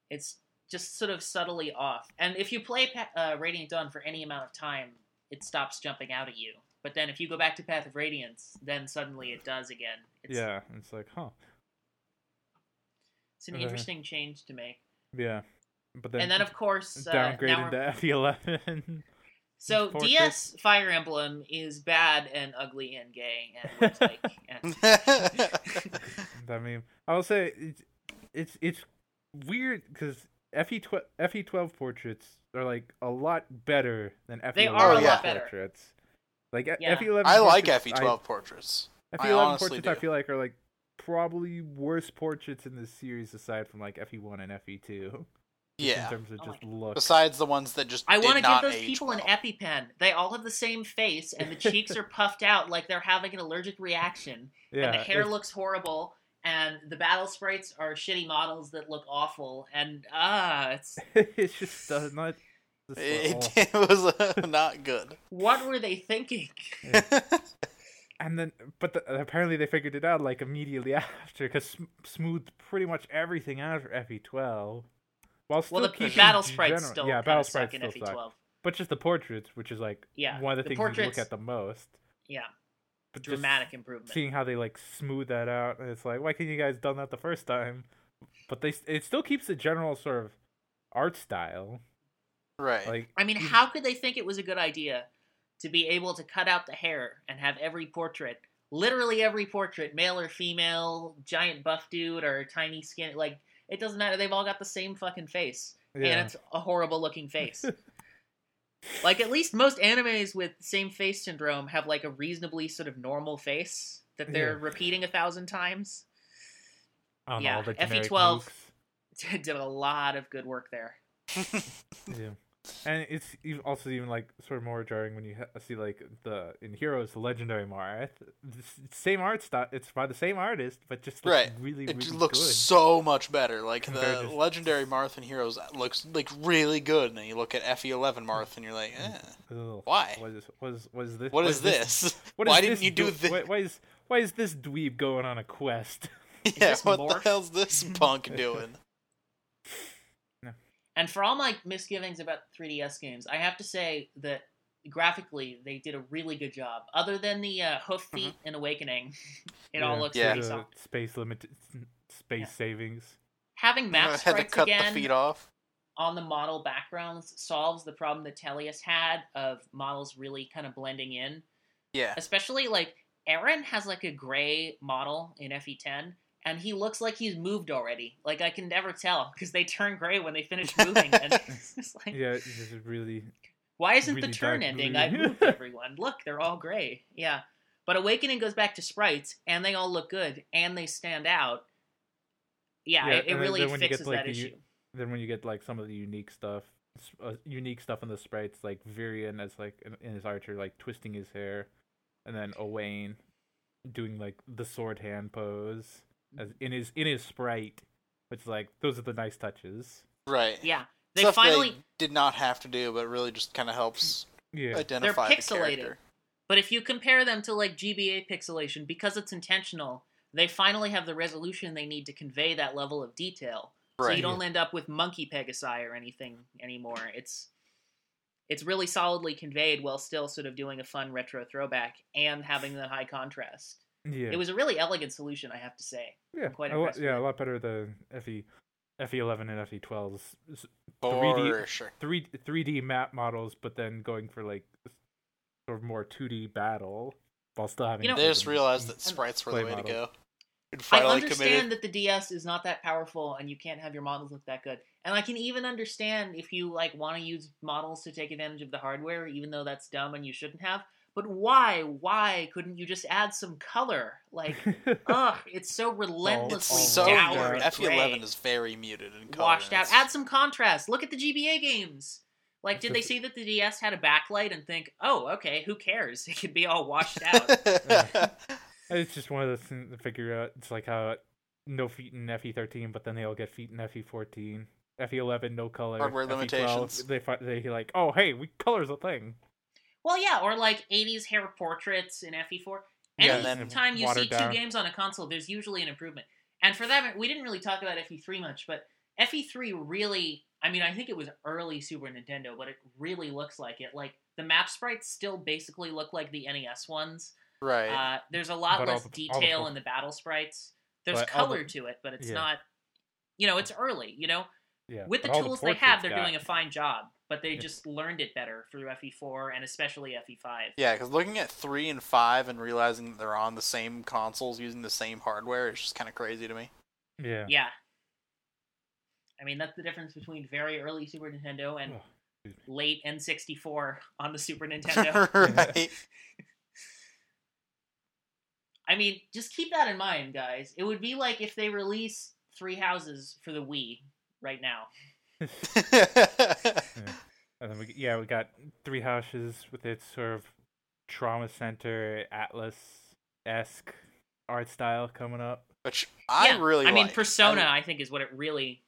Speaker 2: it's just sort of subtly off. And if you play Pa- uh, Radiant Dawn for any amount of time, it stops jumping out at you. But then if you go back to Path of Radiance, then suddenly it does again. It's,
Speaker 3: yeah. It's like, huh,
Speaker 2: it's an
Speaker 3: Okay.
Speaker 2: interesting change to make.
Speaker 3: yeah. But then,
Speaker 2: and then of course, uh, now
Speaker 3: downgraded
Speaker 2: we're,
Speaker 3: to FE11.
Speaker 2: so
Speaker 3: Fortress.
Speaker 2: DS Fire Emblem is bad and ugly and gay and looks like and
Speaker 3: I mean, I will say it's it's, it's weird E because FE twelve FE twelve portraits are like a lot better than FE
Speaker 2: They
Speaker 1: are a lot
Speaker 2: better.
Speaker 3: portraits. Like
Speaker 2: Yeah.
Speaker 3: FE eleven.
Speaker 1: I like FE12 portraits. I
Speaker 3: FE E eleven
Speaker 1: honestly
Speaker 3: portraits I
Speaker 1: do.
Speaker 3: feel like are like probably worst portraits in this series aside from like FE one and FE two.
Speaker 1: Yeah.
Speaker 3: In terms of
Speaker 2: Oh
Speaker 3: just
Speaker 2: my
Speaker 3: look.
Speaker 1: Besides the ones that just
Speaker 2: I
Speaker 1: want to
Speaker 2: give those people an EpiPen. They all have the same face, and the cheeks are puffed out like they're having an allergic reaction.
Speaker 3: yeah.
Speaker 2: and the hair
Speaker 3: it's-
Speaker 2: looks horrible, and the battle sprites are shitty models that look awful. And ah, it's
Speaker 3: it just does not. just look
Speaker 1: It,
Speaker 3: all-
Speaker 1: it was uh, not good.
Speaker 2: what were they thinking?
Speaker 3: and then but the, apparently they figured it out like immediately after because sm- smoothed pretty much everything out for FE12. While still
Speaker 2: Well, the
Speaker 3: keeping
Speaker 2: battle
Speaker 3: gen-
Speaker 2: sprites
Speaker 3: general-
Speaker 2: still
Speaker 3: yeah,
Speaker 2: kinda
Speaker 3: battle
Speaker 2: suck
Speaker 3: sprites
Speaker 2: in
Speaker 3: still
Speaker 2: FE12.
Speaker 3: suck. But just the portraits, which is like
Speaker 2: E Yeah,
Speaker 3: one of the,
Speaker 2: the
Speaker 3: things
Speaker 2: portraits-
Speaker 3: you look at the most.
Speaker 2: Yeah,
Speaker 3: But just
Speaker 2: dramatic improvement.
Speaker 3: seeing how they like smooth that out, and it's like, why couldn't you guys done that the first time? But they it still keeps the general sort of art style.
Speaker 1: Right.
Speaker 3: Like
Speaker 2: I mean, how could they think it was a good idea to be able to cut out the hair and have every portrait, literally every portrait, male or female, giant buff dude or tiny skin, like it doesn't matter. They've all got the same fucking face, and
Speaker 3: yeah.
Speaker 2: it's a horrible looking face. like at least most animes with same face syndrome have like a reasonably sort of normal face that they're
Speaker 3: Yeah.
Speaker 2: repeating a thousand times.
Speaker 3: on
Speaker 2: yeah, E
Speaker 3: all the generic
Speaker 2: FE12.
Speaker 3: mooks.
Speaker 2: Did a lot of good work there.
Speaker 3: Yeah, and it's ev- also even like sort of more jarring when you ha- see like the in Heroes the legendary Marth, the s- same art style. It's by the same artist, but just looks
Speaker 1: Right.
Speaker 3: really
Speaker 1: It
Speaker 3: really
Speaker 1: looks
Speaker 3: good.
Speaker 1: so much better. Like
Speaker 3: Compared
Speaker 1: the
Speaker 3: to-
Speaker 1: legendary Marth in Heroes looks like really good, and then you look at FE11 Marth, and you're like, eh,
Speaker 3: Ugh,
Speaker 1: Why?
Speaker 3: Mm. What is what is what is this?
Speaker 1: what is this?
Speaker 3: what
Speaker 1: Why
Speaker 3: is
Speaker 1: didn't
Speaker 3: this
Speaker 1: you do
Speaker 3: dwe-
Speaker 1: this?
Speaker 3: Why, why is why is this dweeb going on a quest?
Speaker 1: yeah,
Speaker 2: this
Speaker 1: what
Speaker 2: Morph?
Speaker 1: the hell's this punk doing?
Speaker 2: And for all my misgivings about 3DS games, I have to say that graphically they did a really good job. Other than the uh, hoof feet in Awakening, it all
Speaker 3: Yeah,
Speaker 2: looks
Speaker 1: Mm-hmm. Yeah.
Speaker 2: pretty
Speaker 3: the
Speaker 2: solid.
Speaker 3: space limit, space
Speaker 2: Yeah.
Speaker 3: savings.
Speaker 2: Having map
Speaker 1: had to
Speaker 2: sprites
Speaker 1: cut
Speaker 2: again
Speaker 1: the feet off.
Speaker 2: on the model backgrounds solves the problem that Tellius had of models really kind of blending in.
Speaker 1: Yeah,
Speaker 2: Especially like Aaron has like a gray model in FE10, and he looks like he's moved already. Like I can never tell because they turn gray when they finish moving, and it's just like
Speaker 3: Yeah, it's just really
Speaker 2: Why isn't
Speaker 3: really
Speaker 2: the turn
Speaker 3: dark
Speaker 2: ending?
Speaker 3: blue.
Speaker 2: I moved everyone. Look, they're all gray. Yeah. But Awakening goes back to sprites, and they all look good, and they stand out. Yeah,
Speaker 3: Yeah,
Speaker 2: it, it
Speaker 3: and then-
Speaker 2: really
Speaker 3: then when you get
Speaker 2: fixes
Speaker 3: to, like,
Speaker 2: that
Speaker 3: the u-
Speaker 2: issue.
Speaker 3: then when you get like some of the unique stuff s- uh, unique stuff in the sprites like Virian as like in- in his archer like twisting his hair and then Owain doing like the sword hand pose as in his in his sprite which is like those are the nice touches
Speaker 1: right.
Speaker 2: Yeah, they
Speaker 1: Stuff
Speaker 2: finally.
Speaker 1: did not have to do, but really just kind of helps
Speaker 3: yeah
Speaker 1: identify
Speaker 2: They're
Speaker 1: the
Speaker 2: pixelated.
Speaker 1: character.
Speaker 2: But if you compare them to like GBA pixelation, because it's intentional, they finally have the resolution they need to convey that level of detail. So
Speaker 1: Right.
Speaker 2: you don't end up with monkey pegasi or anything anymore. It's it's really solidly conveyed while still sort of doing a fun retro throwback and having that high contrast.
Speaker 3: yeah
Speaker 2: It was a really elegant solution, I have to say.
Speaker 3: yeah
Speaker 2: quite
Speaker 3: a lot,
Speaker 2: impressed with
Speaker 3: yeah a lot better than E, FE FE11 and FE12's s-
Speaker 1: For sure.
Speaker 3: 3 3D map models but then going for like sort of more 2D battle while still having
Speaker 2: You know-
Speaker 1: They just realized that
Speaker 2: I'm-
Speaker 1: sprites were
Speaker 3: Play
Speaker 1: the way to
Speaker 3: model.
Speaker 1: go. And
Speaker 2: I
Speaker 1: finally
Speaker 2: understand
Speaker 1: committed.
Speaker 2: that the DS is not that powerful and you can't have your models look that good. And I can even understand if you like want to use models to take advantage of the hardware, even though that's dumb and you shouldn't have. But why, why couldn't you just add some color? Like, ugh, it's so relentlessly
Speaker 1: It's
Speaker 3: Oh,
Speaker 1: so
Speaker 3: dour
Speaker 1: weird.
Speaker 2: dour.
Speaker 3: dark.
Speaker 2: gray.
Speaker 1: FE11 is very muted and color.
Speaker 2: washed
Speaker 1: and
Speaker 2: out.
Speaker 1: it's-
Speaker 2: Add some contrast. Look at the GBA games. Like,
Speaker 3: It's
Speaker 2: did they
Speaker 3: just-
Speaker 2: see that the DS had a backlight and think, oh, okay, who cares? It could be all washed out.
Speaker 3: It's just one of those things to figure out. It's like how no feet in FE13, but then they all get feet in E FE14. FE11, E no color.
Speaker 1: Hardware
Speaker 3: FE12,
Speaker 1: limitations.
Speaker 3: They fi- they like, oh hey, we color's a thing.
Speaker 2: well, yeah, or like 80s hair portraits in E FE4.
Speaker 1: Yeah,
Speaker 2: Anytime
Speaker 1: and then
Speaker 2: you
Speaker 3: watered
Speaker 2: see
Speaker 3: down.
Speaker 2: two games on a console, there's usually an improvement. And for that, we didn't really talk about FE3 much, but FE3 really, I mean, I think it was early Super Nintendo, but it really looks like it. Like, the map sprites still basically look like the NES ones.
Speaker 1: right.
Speaker 2: Uh, there's a lot
Speaker 3: But all
Speaker 2: less
Speaker 3: the- all the
Speaker 2: detail
Speaker 3: col-
Speaker 2: in the battle sprites. There's
Speaker 3: But all the-
Speaker 2: color to it, but it's
Speaker 3: yeah.
Speaker 2: not. You know, it's early. You know,
Speaker 3: Yeah.
Speaker 2: with the
Speaker 3: but all
Speaker 2: tools they have,
Speaker 3: portraits
Speaker 2: they're
Speaker 3: got-
Speaker 2: doing a fine job. But they
Speaker 3: Yeah.
Speaker 2: just learned it better through FE4 and especially E FE5.
Speaker 1: Yeah, because looking at 3 and 5 and realizing that they're on the same consoles using the same hardware is just kind of crazy to me.
Speaker 3: Yeah.
Speaker 2: Yeah. I mean, that's the difference between very early Super Nintendo and
Speaker 3: Ugh, excuse
Speaker 2: late N64 on the Super Nintendo.
Speaker 1: right.
Speaker 2: I mean, just keep that in mind, guys. It would be like if they release Three Houses for the Wii right now.
Speaker 3: And then we yeah we got three houses with its sort of trauma center atlas esque art style coming up.
Speaker 1: Which I
Speaker 2: Yeah,
Speaker 1: really
Speaker 2: I mean,
Speaker 1: like.
Speaker 2: Persona, I, think, is what it really.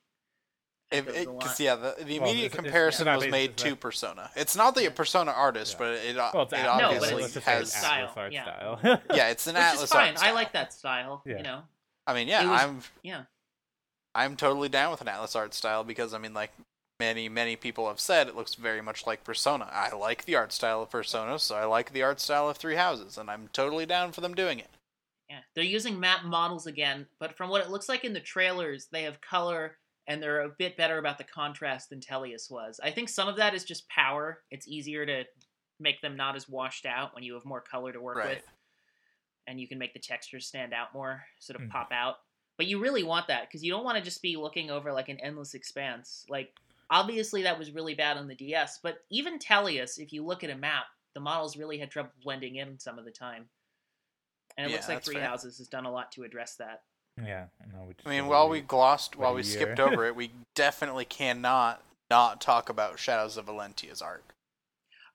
Speaker 1: If,
Speaker 4: does
Speaker 1: it,
Speaker 4: a lot.
Speaker 1: 'cause, yeah, the, the
Speaker 3: Well,
Speaker 1: immediate
Speaker 3: it's- it's
Speaker 1: comparison
Speaker 3: not
Speaker 1: was
Speaker 3: based-
Speaker 1: made
Speaker 3: it's
Speaker 1: to
Speaker 3: not-
Speaker 1: Persona. It's not the Persona artist,
Speaker 3: Yeah.
Speaker 1: but it, o-
Speaker 3: Well, it's
Speaker 1: it
Speaker 3: Atlas.
Speaker 2: No, but
Speaker 1: obviously
Speaker 2: it's just
Speaker 1: has.
Speaker 2: an Atlas. style,
Speaker 3: art
Speaker 2: yeah.
Speaker 3: style.
Speaker 1: Yeah, it's an
Speaker 2: Which
Speaker 1: Atlas.
Speaker 2: is fine.
Speaker 1: art
Speaker 2: I
Speaker 1: style.
Speaker 2: like that style.
Speaker 3: Yeah.
Speaker 2: You know,
Speaker 1: I mean, yeah,
Speaker 2: It was-
Speaker 1: I'm
Speaker 2: yeah.
Speaker 1: I'm totally down with an Atlas art style because I mean, like many many people have said, it looks very much like Persona. I like the art style of Persona, so I like the art style of Three Houses, and I'm totally down for them doing it.
Speaker 2: Yeah, they're using map models again, but from what it looks like in the trailers, they have color and they're a bit better about the contrast than Tellius was. I think some of that is just power. It's easier to make them not as washed out when you have more color to work
Speaker 1: Right.
Speaker 2: with, and you can make the textures stand out more, sort of
Speaker 3: Mm.
Speaker 2: pop out. But you really want that because you don't want to just be looking over like an endless expanse. Like obviously that was really bad on the DS, but even Tellius, if you look at a map, the models really had trouble blending in some of the time. And it
Speaker 1: Yeah,
Speaker 2: looks like
Speaker 1: that's
Speaker 2: Three
Speaker 1: fair.
Speaker 2: Houses has done a lot to address that.
Speaker 3: yeah. No, we just
Speaker 1: I mean,
Speaker 3: gotta
Speaker 1: while we
Speaker 3: wait.
Speaker 1: glossed, while
Speaker 3: wait
Speaker 1: we
Speaker 3: a year.
Speaker 1: skipped over it, we definitely cannot not talk about Shadows of Valentia's arc.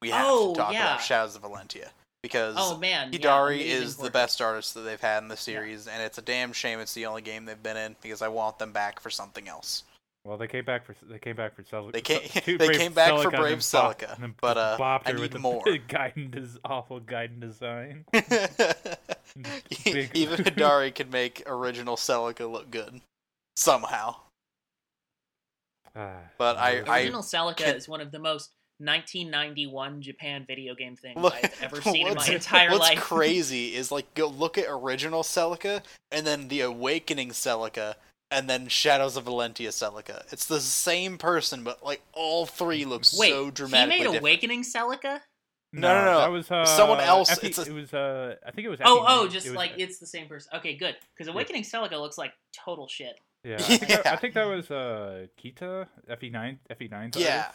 Speaker 1: We have
Speaker 2: Oh,
Speaker 1: to talk
Speaker 2: yeah.
Speaker 1: about Shadows of Valentia because
Speaker 2: Oh man, yeah,
Speaker 1: Hidari
Speaker 2: amazing
Speaker 1: is the
Speaker 2: work.
Speaker 1: best artist that they've had in the series, and it's a damn shame it's the only game they've been in because I want them back for something else.
Speaker 3: Well, they came back for they came back for Celica.
Speaker 1: They came- they came back for Brave Celica, but, uh, I need
Speaker 3: with
Speaker 1: more.
Speaker 3: The Gaiden des- awful Gaiden design. Big-
Speaker 1: Even Hidari could make original Celica look good somehow.
Speaker 3: Ah,
Speaker 1: But I-
Speaker 3: those-
Speaker 1: I-
Speaker 2: Original Celica
Speaker 1: can-
Speaker 2: is one of the most 1991 Japan video game things
Speaker 1: Look-
Speaker 2: I've ever seen in my
Speaker 1: what's-
Speaker 2: entire
Speaker 1: What's
Speaker 2: life.
Speaker 1: crazy is like go look at original Celica and then the Awakening Celica and then Shadows of Valentia Celica. It's the same person, but like all three look
Speaker 2: Wait,
Speaker 1: so
Speaker 2: he
Speaker 1: dramatically
Speaker 2: made
Speaker 1: different.
Speaker 2: Awakening Celica?
Speaker 1: No, no, no.
Speaker 3: That was uh,
Speaker 1: Someone else-
Speaker 3: Effie-
Speaker 1: it's a-
Speaker 3: It was uh, I think it was.
Speaker 2: Oh,
Speaker 3: Effie
Speaker 2: oh,
Speaker 3: May.
Speaker 2: just
Speaker 3: It was- uh,
Speaker 2: like it's the same person. Okay, good. Because Awakening Celica looks like total shit.
Speaker 3: Yeah, I think, that, I
Speaker 1: Yeah.
Speaker 3: think that was uh, Kita Fe nine Fe nine.
Speaker 1: Yeah.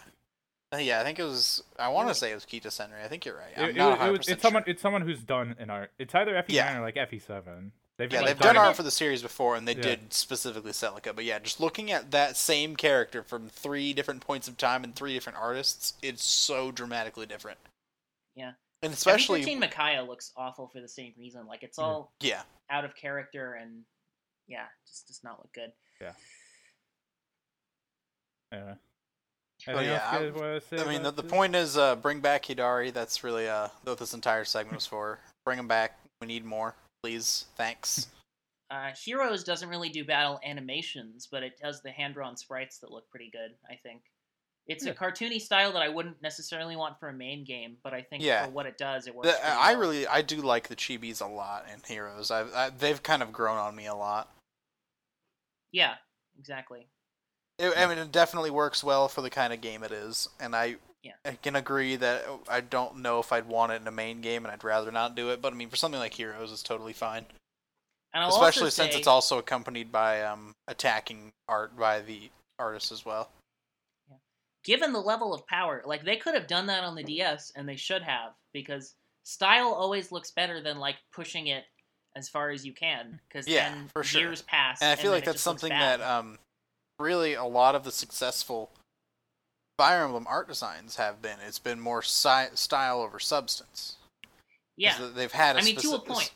Speaker 1: Uh, Yeah, I think it was. I want
Speaker 2: Yeah.
Speaker 1: to say it was Kita Senri. I think you're right.
Speaker 3: It,
Speaker 1: I'm
Speaker 3: it
Speaker 1: not
Speaker 3: was- it
Speaker 1: 100
Speaker 3: was- it's someone. It's someone who's done an art. It's either Fe
Speaker 1: Yeah.
Speaker 3: nine or like Fe seven. They've
Speaker 1: Yeah,
Speaker 3: like,
Speaker 1: they've
Speaker 2: done
Speaker 1: done
Speaker 2: it-
Speaker 1: art for the series before, and they
Speaker 3: Yeah.
Speaker 1: did specifically Celica. But yeah, just looking at that same character from three different points of time and three different artists, it's so dramatically different.
Speaker 2: Yeah.
Speaker 1: and especially Hmm.
Speaker 2: 14 Micaiah looks awful for the same reason. Like it's
Speaker 3: Yeah.
Speaker 2: all
Speaker 1: yeah,
Speaker 2: out of character and yeah, just does not look good.
Speaker 3: Yeah.
Speaker 1: Well,
Speaker 3: Anything else
Speaker 1: Oh, yeah,
Speaker 3: you
Speaker 1: I-
Speaker 3: guys wanna say
Speaker 1: I mean, the,
Speaker 3: about
Speaker 1: the
Speaker 3: this?
Speaker 1: point is uh, bring back Hidari. That's really uh, what this entire segment was for. Bring him back. We need more. Please. Thanks.
Speaker 2: Uh, Heroes doesn't really do battle animations, but it does the hand drawn sprites that look pretty good, I think. It's
Speaker 3: Yeah.
Speaker 1: Hmm.
Speaker 2: a cartoony style that I wouldn't necessarily want for a main game, but I think
Speaker 1: Yeah.
Speaker 2: for what it does, it works.
Speaker 1: The-
Speaker 2: pretty
Speaker 1: I
Speaker 2: well.
Speaker 1: really, I do like the chibis a lot in Heroes. I've, I, they've kind of grown on me a lot.
Speaker 2: Yeah, exactly.
Speaker 1: It, I mean, it definitely works well for the kind of game it is, and I,
Speaker 2: Yeah.
Speaker 1: I can agree that I don't know if I'd want it in a main game, and I'd rather not do it. But I mean, for something like Heroes, it's totally fine,
Speaker 2: And I'll
Speaker 1: especially
Speaker 2: also
Speaker 1: since
Speaker 2: say-
Speaker 1: it's also accompanied by um, attacking art by the artist as well.
Speaker 2: given the level of power, like they could have done that on the DS, and they should have because style always looks better than like pushing it as far as you can. Because
Speaker 1: Yeah,
Speaker 2: then
Speaker 1: for sure.
Speaker 2: years pass,
Speaker 1: And I feel
Speaker 2: then
Speaker 1: like
Speaker 2: it
Speaker 1: that's
Speaker 2: just looks
Speaker 1: something
Speaker 2: bad.
Speaker 1: that um, really a lot of the successful Fire Emblem art designs have been. It's been more si- style over substance. 'Cause
Speaker 2: yeah,
Speaker 1: they've had. A
Speaker 2: I mean to a
Speaker 1: specific-
Speaker 2: point.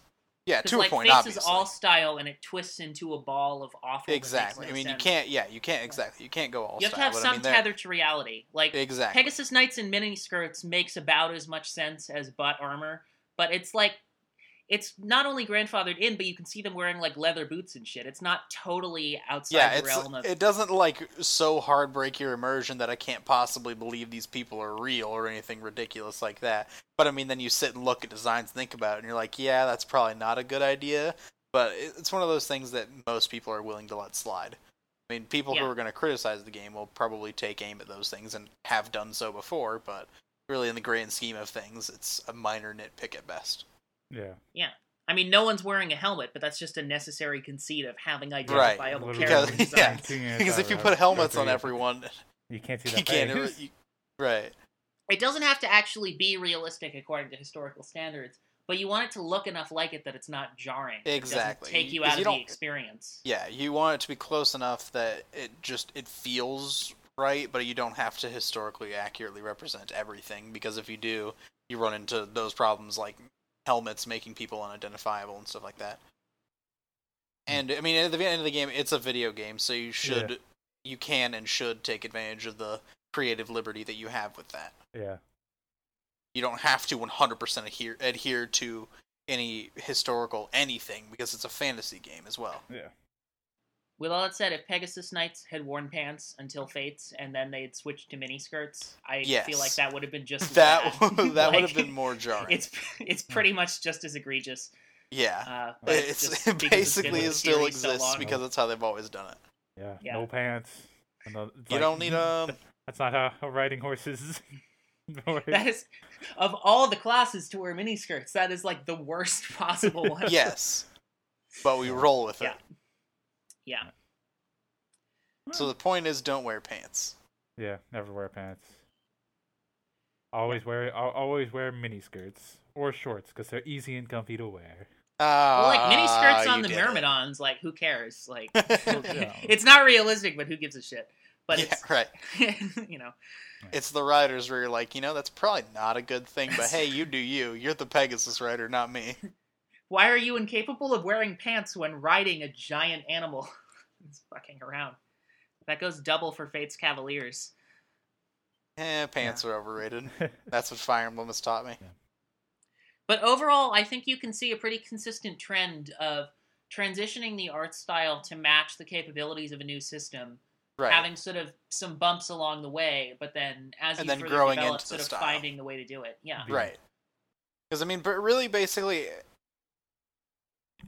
Speaker 1: Yeah,
Speaker 2: 'cause,
Speaker 1: to
Speaker 2: like,
Speaker 1: a point.
Speaker 2: Faces
Speaker 1: obviously.
Speaker 2: all style, and it twists into a ball of awful. that makes
Speaker 1: Exactly.
Speaker 2: no
Speaker 1: I mean,
Speaker 2: sense.
Speaker 1: you can't. Yeah, you can't. Exactly. You can't go all.
Speaker 2: You have to
Speaker 1: style,
Speaker 2: have
Speaker 1: but
Speaker 2: some
Speaker 1: I mean, they're-
Speaker 2: tether to reality. Like
Speaker 1: Exactly.
Speaker 2: Pegasus Knights in miniskirts makes about as much sense as butt armor, but it's like it's not only grandfathered in, but you can see them wearing like leather boots and shit. It's not totally outside
Speaker 1: Yeah,
Speaker 2: the
Speaker 1: it's
Speaker 2: realm of
Speaker 1: it doesn't like so hard break your immersion that I can't possibly believe these people are real or anything ridiculous like that. But I mean, then you sit and look at designs, think about it, and you're like, yeah, that's probably not a good idea. But it- it's one of those things that most people are willing to let slide. I mean, people who
Speaker 2: Yeah.
Speaker 1: are going to criticize the game will probably take aim at those things and have done so before. But really, in the grand scheme of things, it's a minor nitpick at best.
Speaker 3: Yeah.
Speaker 2: I mean, no one's wering a helmet, but that's just a necessary conceit of having identifiable
Speaker 3: Literally.
Speaker 2: character
Speaker 1: Because- yeah.
Speaker 2: designs.
Speaker 1: Because if you put helmets on everyone,
Speaker 3: you can't see
Speaker 1: you
Speaker 3: that.
Speaker 1: can't.
Speaker 3: face.
Speaker 1: you- right.
Speaker 2: It doesn't have to actually be realistic according to historical standards, but you want it to look enough like it that it's not jarring. It doesn't
Speaker 1: Exactly.
Speaker 2: take you
Speaker 1: 'Cause
Speaker 2: out
Speaker 1: you
Speaker 2: of the
Speaker 1: don't-
Speaker 2: experience.
Speaker 1: Yeah, you want it to be close enough that it just it feels right, but you don't have to historically accurately represent everything because if you do, you run into those problems like helmets making people unidentifiable and stuff like that. And I mean, at the end of the game, it's a video game, so you should you can and should take advantage of the creative liberty that you have with that.
Speaker 3: Yeah.
Speaker 1: You don't have to 100% adhere, adhere to any historical anything because it's a fantasy game as well.
Speaker 3: Yeah.
Speaker 2: With all that said, if Pegasus Knights had worn pants until Fates and then they'd switched to miniskirts, I feel like
Speaker 1: Yes.
Speaker 2: that would have been just as
Speaker 1: That
Speaker 2: bad.
Speaker 1: that would have
Speaker 2: Like,
Speaker 1: been more jarring.
Speaker 2: It's it's pretty much just as egregious.
Speaker 1: yeah.
Speaker 2: Uh, but
Speaker 1: It's,
Speaker 2: just because
Speaker 1: it
Speaker 2: been with
Speaker 1: basically
Speaker 2: the
Speaker 1: it still
Speaker 2: series so
Speaker 1: exists
Speaker 2: long.
Speaker 1: because that's how they've always done it.
Speaker 3: Yeah.
Speaker 2: Yeah.
Speaker 3: No pants. And the- it's
Speaker 1: You
Speaker 3: like,
Speaker 1: don't need um
Speaker 3: That's not how, how riding horses is.
Speaker 2: That is, of all the classes to wear miniskirts, that is like the worst possible one.
Speaker 1: yes, but we roll with it.
Speaker 2: Yeah. Yeah.
Speaker 1: So the point is, don't wear pants.
Speaker 3: Yeah, never wear pants. Always wear al- always wear mini skirts or shorts because they're easy and comfy to wear.
Speaker 2: Well, like mini skirts
Speaker 1: Ah,
Speaker 2: on
Speaker 1: you
Speaker 2: the
Speaker 1: did it.
Speaker 2: myrmidons, like who cares? Like
Speaker 3: yeah.
Speaker 2: it's not realistic, but who gives a shit? But
Speaker 1: yeah, right.
Speaker 2: it's you know,
Speaker 1: It's the riders where you're like, you know, that's probably not a good thing, but hey, you do you. You're the Pegasus rider, not me.
Speaker 2: why are you incapable of wearing pants when riding a giant animal? it's fucking around. That goes double for Fate's Cavaliers.
Speaker 1: Eh, pants are overrated. That's what Fire Emblem has taught me.
Speaker 2: But overall, I think you can see a pretty consistent trend of transitioning the art style to match the capabilities of a new system,
Speaker 1: Right.
Speaker 2: having sort of some bumps along the way, but then as
Speaker 1: And
Speaker 2: you
Speaker 1: then
Speaker 2: further
Speaker 1: growing
Speaker 2: develop,
Speaker 1: into the
Speaker 2: sort of
Speaker 1: style.
Speaker 2: finding the way to do it. Yeah.
Speaker 3: Yeah.
Speaker 1: Right. Because I mean, but really, basically,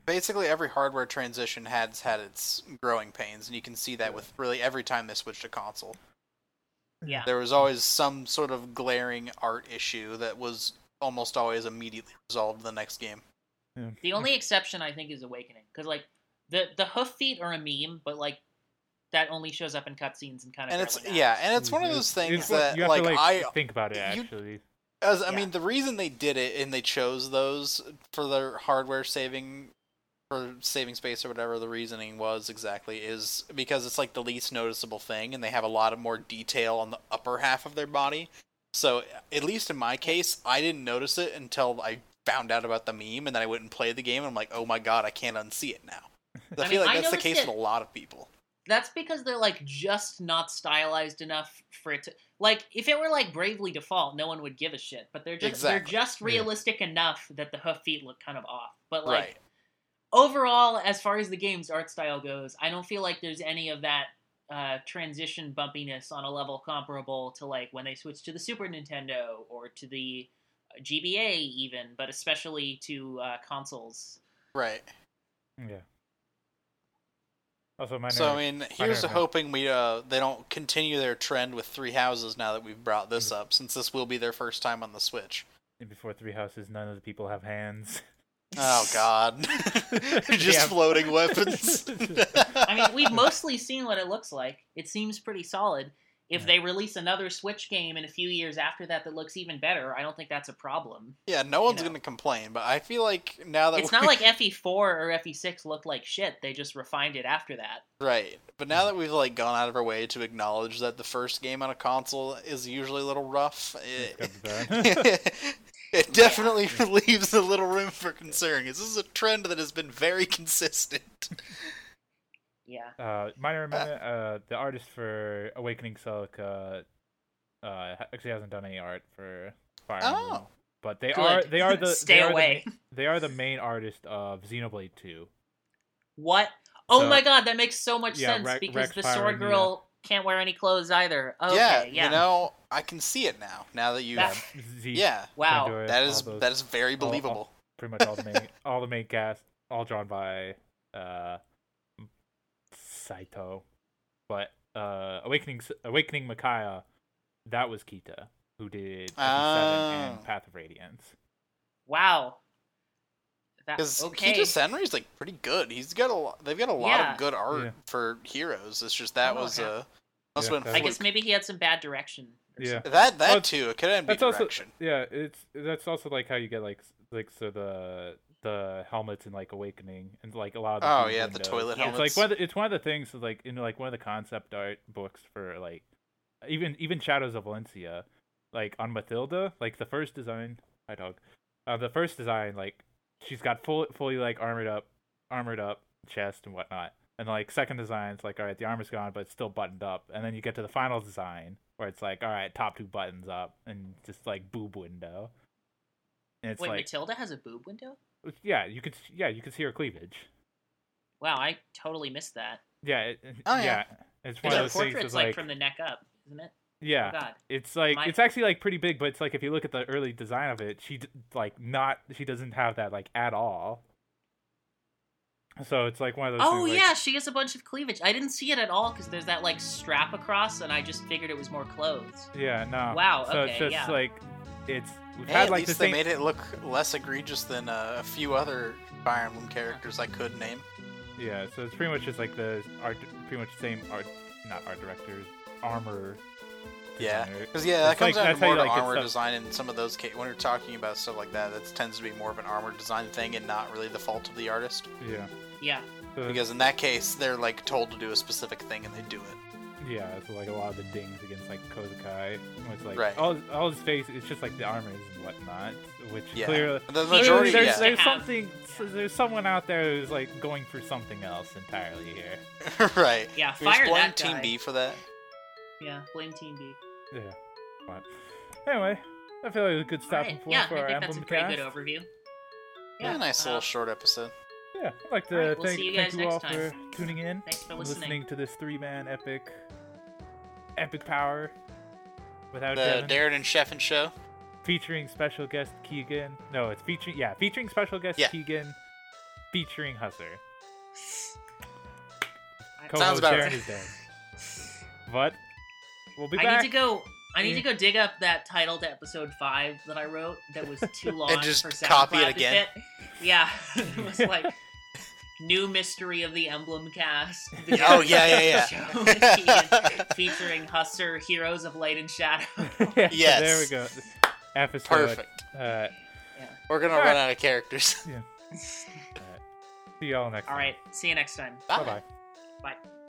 Speaker 1: basically every hardware transition has had its growing pains, and you can see that with really every time they switched to console.
Speaker 2: Yeah.
Speaker 1: There was always some sort of glaring art issue that was almost always immediately resolved the next game.
Speaker 3: Yeah.
Speaker 2: The only exception I think is Awakening, because like the the hoof feet are a meme, but like that only shows up in cutscenes and kind of
Speaker 1: And it's
Speaker 2: barely
Speaker 1: yeah, and it's one of
Speaker 3: Mhm.
Speaker 1: those things
Speaker 3: It's what-
Speaker 1: that
Speaker 3: you have
Speaker 1: like,
Speaker 3: to, like
Speaker 1: I
Speaker 3: think about it
Speaker 1: you-
Speaker 3: actually.
Speaker 1: As, I
Speaker 2: Yeah.
Speaker 1: mean, the reason they did it and they chose those for their hardware saving, for saving space or whatever the reasoning was exactly, is because it's like the least noticeable thing, and they have a lot of more detail on the upper half of their body. So, at least in my case, I didn't notice it until I found out about the meme, and then I went and played the game, and I'm like, oh my god, I can't unsee it now. I,
Speaker 2: I
Speaker 1: feel
Speaker 2: mean,
Speaker 1: like
Speaker 2: I
Speaker 1: that's the
Speaker 2: noticed
Speaker 1: case
Speaker 2: it-
Speaker 1: with a lot of people.
Speaker 2: That's because they're like just not stylized enough for it to like if it were like Bravely Default, no one would give a shit. But they're just they're
Speaker 1: Exactly.
Speaker 2: just
Speaker 3: Yeah.
Speaker 2: realistic enough that the hoof feet look kind of off. But like
Speaker 1: right.
Speaker 2: overall, as far as the game's art style goes, I don't feel like there's any of that uh, transition bumpiness on a level comparable to like when they switched to the Super Nintendo or to the uh, GBA even, but especially to uh, consoles.
Speaker 1: Right.
Speaker 3: Yeah. Also, my
Speaker 1: So I
Speaker 3: name-
Speaker 1: mean, here's
Speaker 3: never know.
Speaker 1: hoping we uh they don't continue their trend with three houses now that we've brought this
Speaker 3: Mm-hmm.
Speaker 1: up, since this will be their first time on the Switch.
Speaker 3: before three houses, none of the people have hands.
Speaker 1: Oh God, just
Speaker 3: Yeah.
Speaker 1: floating weapons.
Speaker 2: I mean, we've mostly seen what it looks like. It seems pretty solid. If
Speaker 3: Yeah.
Speaker 2: they release another Switch game in a few years after that that looks even better, I don't think that's a problem.
Speaker 1: yeah, no one's
Speaker 2: know.
Speaker 1: gonna complain, but I feel like now that
Speaker 2: It's
Speaker 1: we-
Speaker 2: not like FE4 or FE6 looked like shit. They just refined it after that.
Speaker 1: right, but now that we've like gone out of our way to acknowledge that the first game on a console is usually a little rough, it,
Speaker 3: It's gotta be bad.
Speaker 1: it, definitely leaves a little room for concern. 'cause This is a trend that has been very consistent.
Speaker 2: Yeah.
Speaker 3: Uh, minor amendment. Uh, the artist for Awakening Celica, uh, ha- actually hasn't done any art for Fire Emblem,
Speaker 1: Oh.
Speaker 3: but they
Speaker 2: Good.
Speaker 3: are they are the
Speaker 2: Stay
Speaker 3: they are the
Speaker 2: away.
Speaker 3: ma- they are the main artist of Xenoblade Two.
Speaker 2: What? Oh
Speaker 3: So-
Speaker 2: my god, that makes so much
Speaker 3: Yeah,
Speaker 2: sense
Speaker 3: Rex-
Speaker 2: because
Speaker 3: Rex
Speaker 2: the
Speaker 3: Fire
Speaker 2: sword
Speaker 3: and Mia.
Speaker 2: girl can't wear any clothes either. Okay,
Speaker 1: yeah,
Speaker 2: yeah.
Speaker 1: you know, I can see it now. Now that you,
Speaker 2: That-
Speaker 3: Z,
Speaker 1: yeah,
Speaker 2: Wow.
Speaker 3: Pandora,
Speaker 1: that
Speaker 3: all
Speaker 1: is
Speaker 3: those-
Speaker 1: that is very
Speaker 3: all- all-
Speaker 1: believable.
Speaker 3: pretty much all the main all the main cast, all drawn by uh, Saito, but uh, Awakening S- Awakening Micaiah, that was Kita who did Seven
Speaker 1: Oh.
Speaker 3: and Path of Radiance.
Speaker 2: Wow. That,
Speaker 1: Because
Speaker 2: okay.
Speaker 1: Kita Senri's like pretty good. He's got a lot, they've got a lot
Speaker 2: Yeah.
Speaker 1: of good art
Speaker 3: Yeah.
Speaker 1: for heroes. It's just that
Speaker 2: Oh,
Speaker 1: was
Speaker 2: yeah.
Speaker 1: a must
Speaker 3: Yeah,
Speaker 1: have been
Speaker 2: I
Speaker 3: that's-
Speaker 2: guess
Speaker 1: fluke.
Speaker 2: maybe he had some bad direction. or
Speaker 3: Yeah.
Speaker 2: something.
Speaker 1: that that
Speaker 3: Oh,
Speaker 1: too it could end be
Speaker 3: that's also-
Speaker 1: direction.
Speaker 3: Yeah, it's that's also like how you get like s- like so the the helmets in like Awakening and like a lot of
Speaker 1: oh
Speaker 3: blue
Speaker 1: yeah, the
Speaker 3: windows.
Speaker 1: toilet
Speaker 2: Yeah.
Speaker 1: helmets.
Speaker 3: It's like one of the, it's one of the things that, like in like one of the concept art books for like even even Shadows of Valencia, like on Mathilda, like the first design, hi dog, uh, the first design like she's got full fully like armored up armored up chest and whatnot, And like second design's like, all right, the armor's gone, but it's still buttoned up. And then you get to the final design where it's like, all right, top two buttons up, and just like boob window. And it's
Speaker 2: Wait,
Speaker 3: like,
Speaker 2: Matilda has a boob window?
Speaker 3: yeah, you could, yeah, you could see her cleavage.
Speaker 2: Wow, I totally missed that.
Speaker 3: Yeah, it,
Speaker 1: Oh,
Speaker 3: yeah.
Speaker 1: yeah.
Speaker 3: It's
Speaker 2: Because her
Speaker 3: one of those things.
Speaker 2: portrait's
Speaker 3: that's
Speaker 2: like,
Speaker 3: like,
Speaker 2: from the neck up, isn't it?
Speaker 3: yeah,
Speaker 2: Oh, God.
Speaker 3: It's like
Speaker 2: My-
Speaker 3: it's actually like pretty big, but it's like if you look at the early design of it, she d- like not she doesn't have that like at all. So it's like one of those.
Speaker 2: Oh
Speaker 3: things, like-
Speaker 2: yeah, she has a bunch of cleavage. I didn't see it at all because there's that like strap across, and I just figured it was more clothes.
Speaker 3: yeah, no.
Speaker 2: Wow,
Speaker 3: So
Speaker 2: okay,
Speaker 3: it's just
Speaker 2: yeah.
Speaker 3: like it's we've
Speaker 1: Hey,
Speaker 3: had
Speaker 1: at
Speaker 3: like
Speaker 1: least
Speaker 3: this
Speaker 1: they
Speaker 3: thing.
Speaker 1: made it look less egregious than uh, a few other Fire Emblem characters I could name.
Speaker 3: Yeah, so it's pretty much just like the art, pretty much same art, not art directors, armor.
Speaker 1: Yeah,
Speaker 3: designer.
Speaker 1: because yeah, that
Speaker 3: It's
Speaker 1: comes
Speaker 3: like-
Speaker 1: down
Speaker 3: that's
Speaker 1: to
Speaker 3: how
Speaker 1: more to
Speaker 3: you, like, get
Speaker 1: armor
Speaker 3: stuff-
Speaker 1: design and some of those. Ca- when we're talking about stuff like that, that tends to be more of an armor design thing and not really the fault of the artist.
Speaker 3: Yeah.
Speaker 2: Yeah,
Speaker 3: So it's-
Speaker 1: Because in that case, they're like told to do a specific thing and they do it.
Speaker 3: Yeah, it's like a lot of the dings against like Kozakai. where It's like
Speaker 1: Right.
Speaker 3: all, all his face. It's just like the armors and whatnot, which
Speaker 1: Yeah,
Speaker 3: clearly
Speaker 1: the
Speaker 2: Clearly
Speaker 1: majority.
Speaker 3: there's,
Speaker 1: Yeah,
Speaker 3: there's
Speaker 2: To have-
Speaker 3: something. so There's someone out there who's like going for something else entirely here.
Speaker 1: right.
Speaker 2: yeah.
Speaker 1: We just
Speaker 2: Fire
Speaker 1: blame
Speaker 2: that
Speaker 1: Team
Speaker 2: guy.
Speaker 1: B for that.
Speaker 2: Yeah, blame Team B.
Speaker 3: Yeah. But anyway, I feel like it was a good stopping
Speaker 2: Alright,
Speaker 3: point
Speaker 2: Yeah,
Speaker 3: for our
Speaker 2: I think that's a
Speaker 3: emblem
Speaker 2: pretty
Speaker 3: cast.
Speaker 2: good overview.
Speaker 1: Yeah, nice
Speaker 2: uh,
Speaker 1: little short episode.
Speaker 3: Yeah, I'd like to
Speaker 2: Alright, we'll
Speaker 3: thank,
Speaker 2: see you
Speaker 3: thank
Speaker 2: guys
Speaker 3: you all
Speaker 2: next
Speaker 3: for
Speaker 2: time.
Speaker 3: tuning in,
Speaker 2: Thanks for
Speaker 3: and
Speaker 2: listening.
Speaker 3: to this three-man epic, epic power. Without
Speaker 1: The
Speaker 3: Devin.
Speaker 1: Darren and Sheffin show.
Speaker 3: featuring special guest Keegan. No, it's featuring yeah, featuring special guest
Speaker 1: Yeah.
Speaker 3: Keegan, featuring Husser.
Speaker 2: I-
Speaker 1: Sounds
Speaker 3: Co-host
Speaker 1: about
Speaker 3: Aaron
Speaker 1: right.
Speaker 3: is dead. But we'll be
Speaker 2: I
Speaker 3: back.
Speaker 2: need to go. I need
Speaker 3: Yeah.
Speaker 2: to go dig up that title to episode five that I wrote that was too long
Speaker 1: just
Speaker 2: for SoundCloud
Speaker 1: copy it
Speaker 2: to
Speaker 1: again.
Speaker 2: fit. Yeah, it was like new mystery of the emblem cast. The
Speaker 1: Oh, yeah, yeah, yeah.
Speaker 2: show with Keegan, featuring Husser, Heroes of Light and Shadow.
Speaker 3: Yeah,
Speaker 1: Yes.
Speaker 3: There we go. Episode.
Speaker 1: Perfect.
Speaker 3: Uh,
Speaker 1: We're gonna
Speaker 3: Alright.
Speaker 1: run out of characters.
Speaker 3: see y'all next.
Speaker 2: All right, see you next time.
Speaker 1: Bye.
Speaker 3: Bye bye.
Speaker 2: Bye.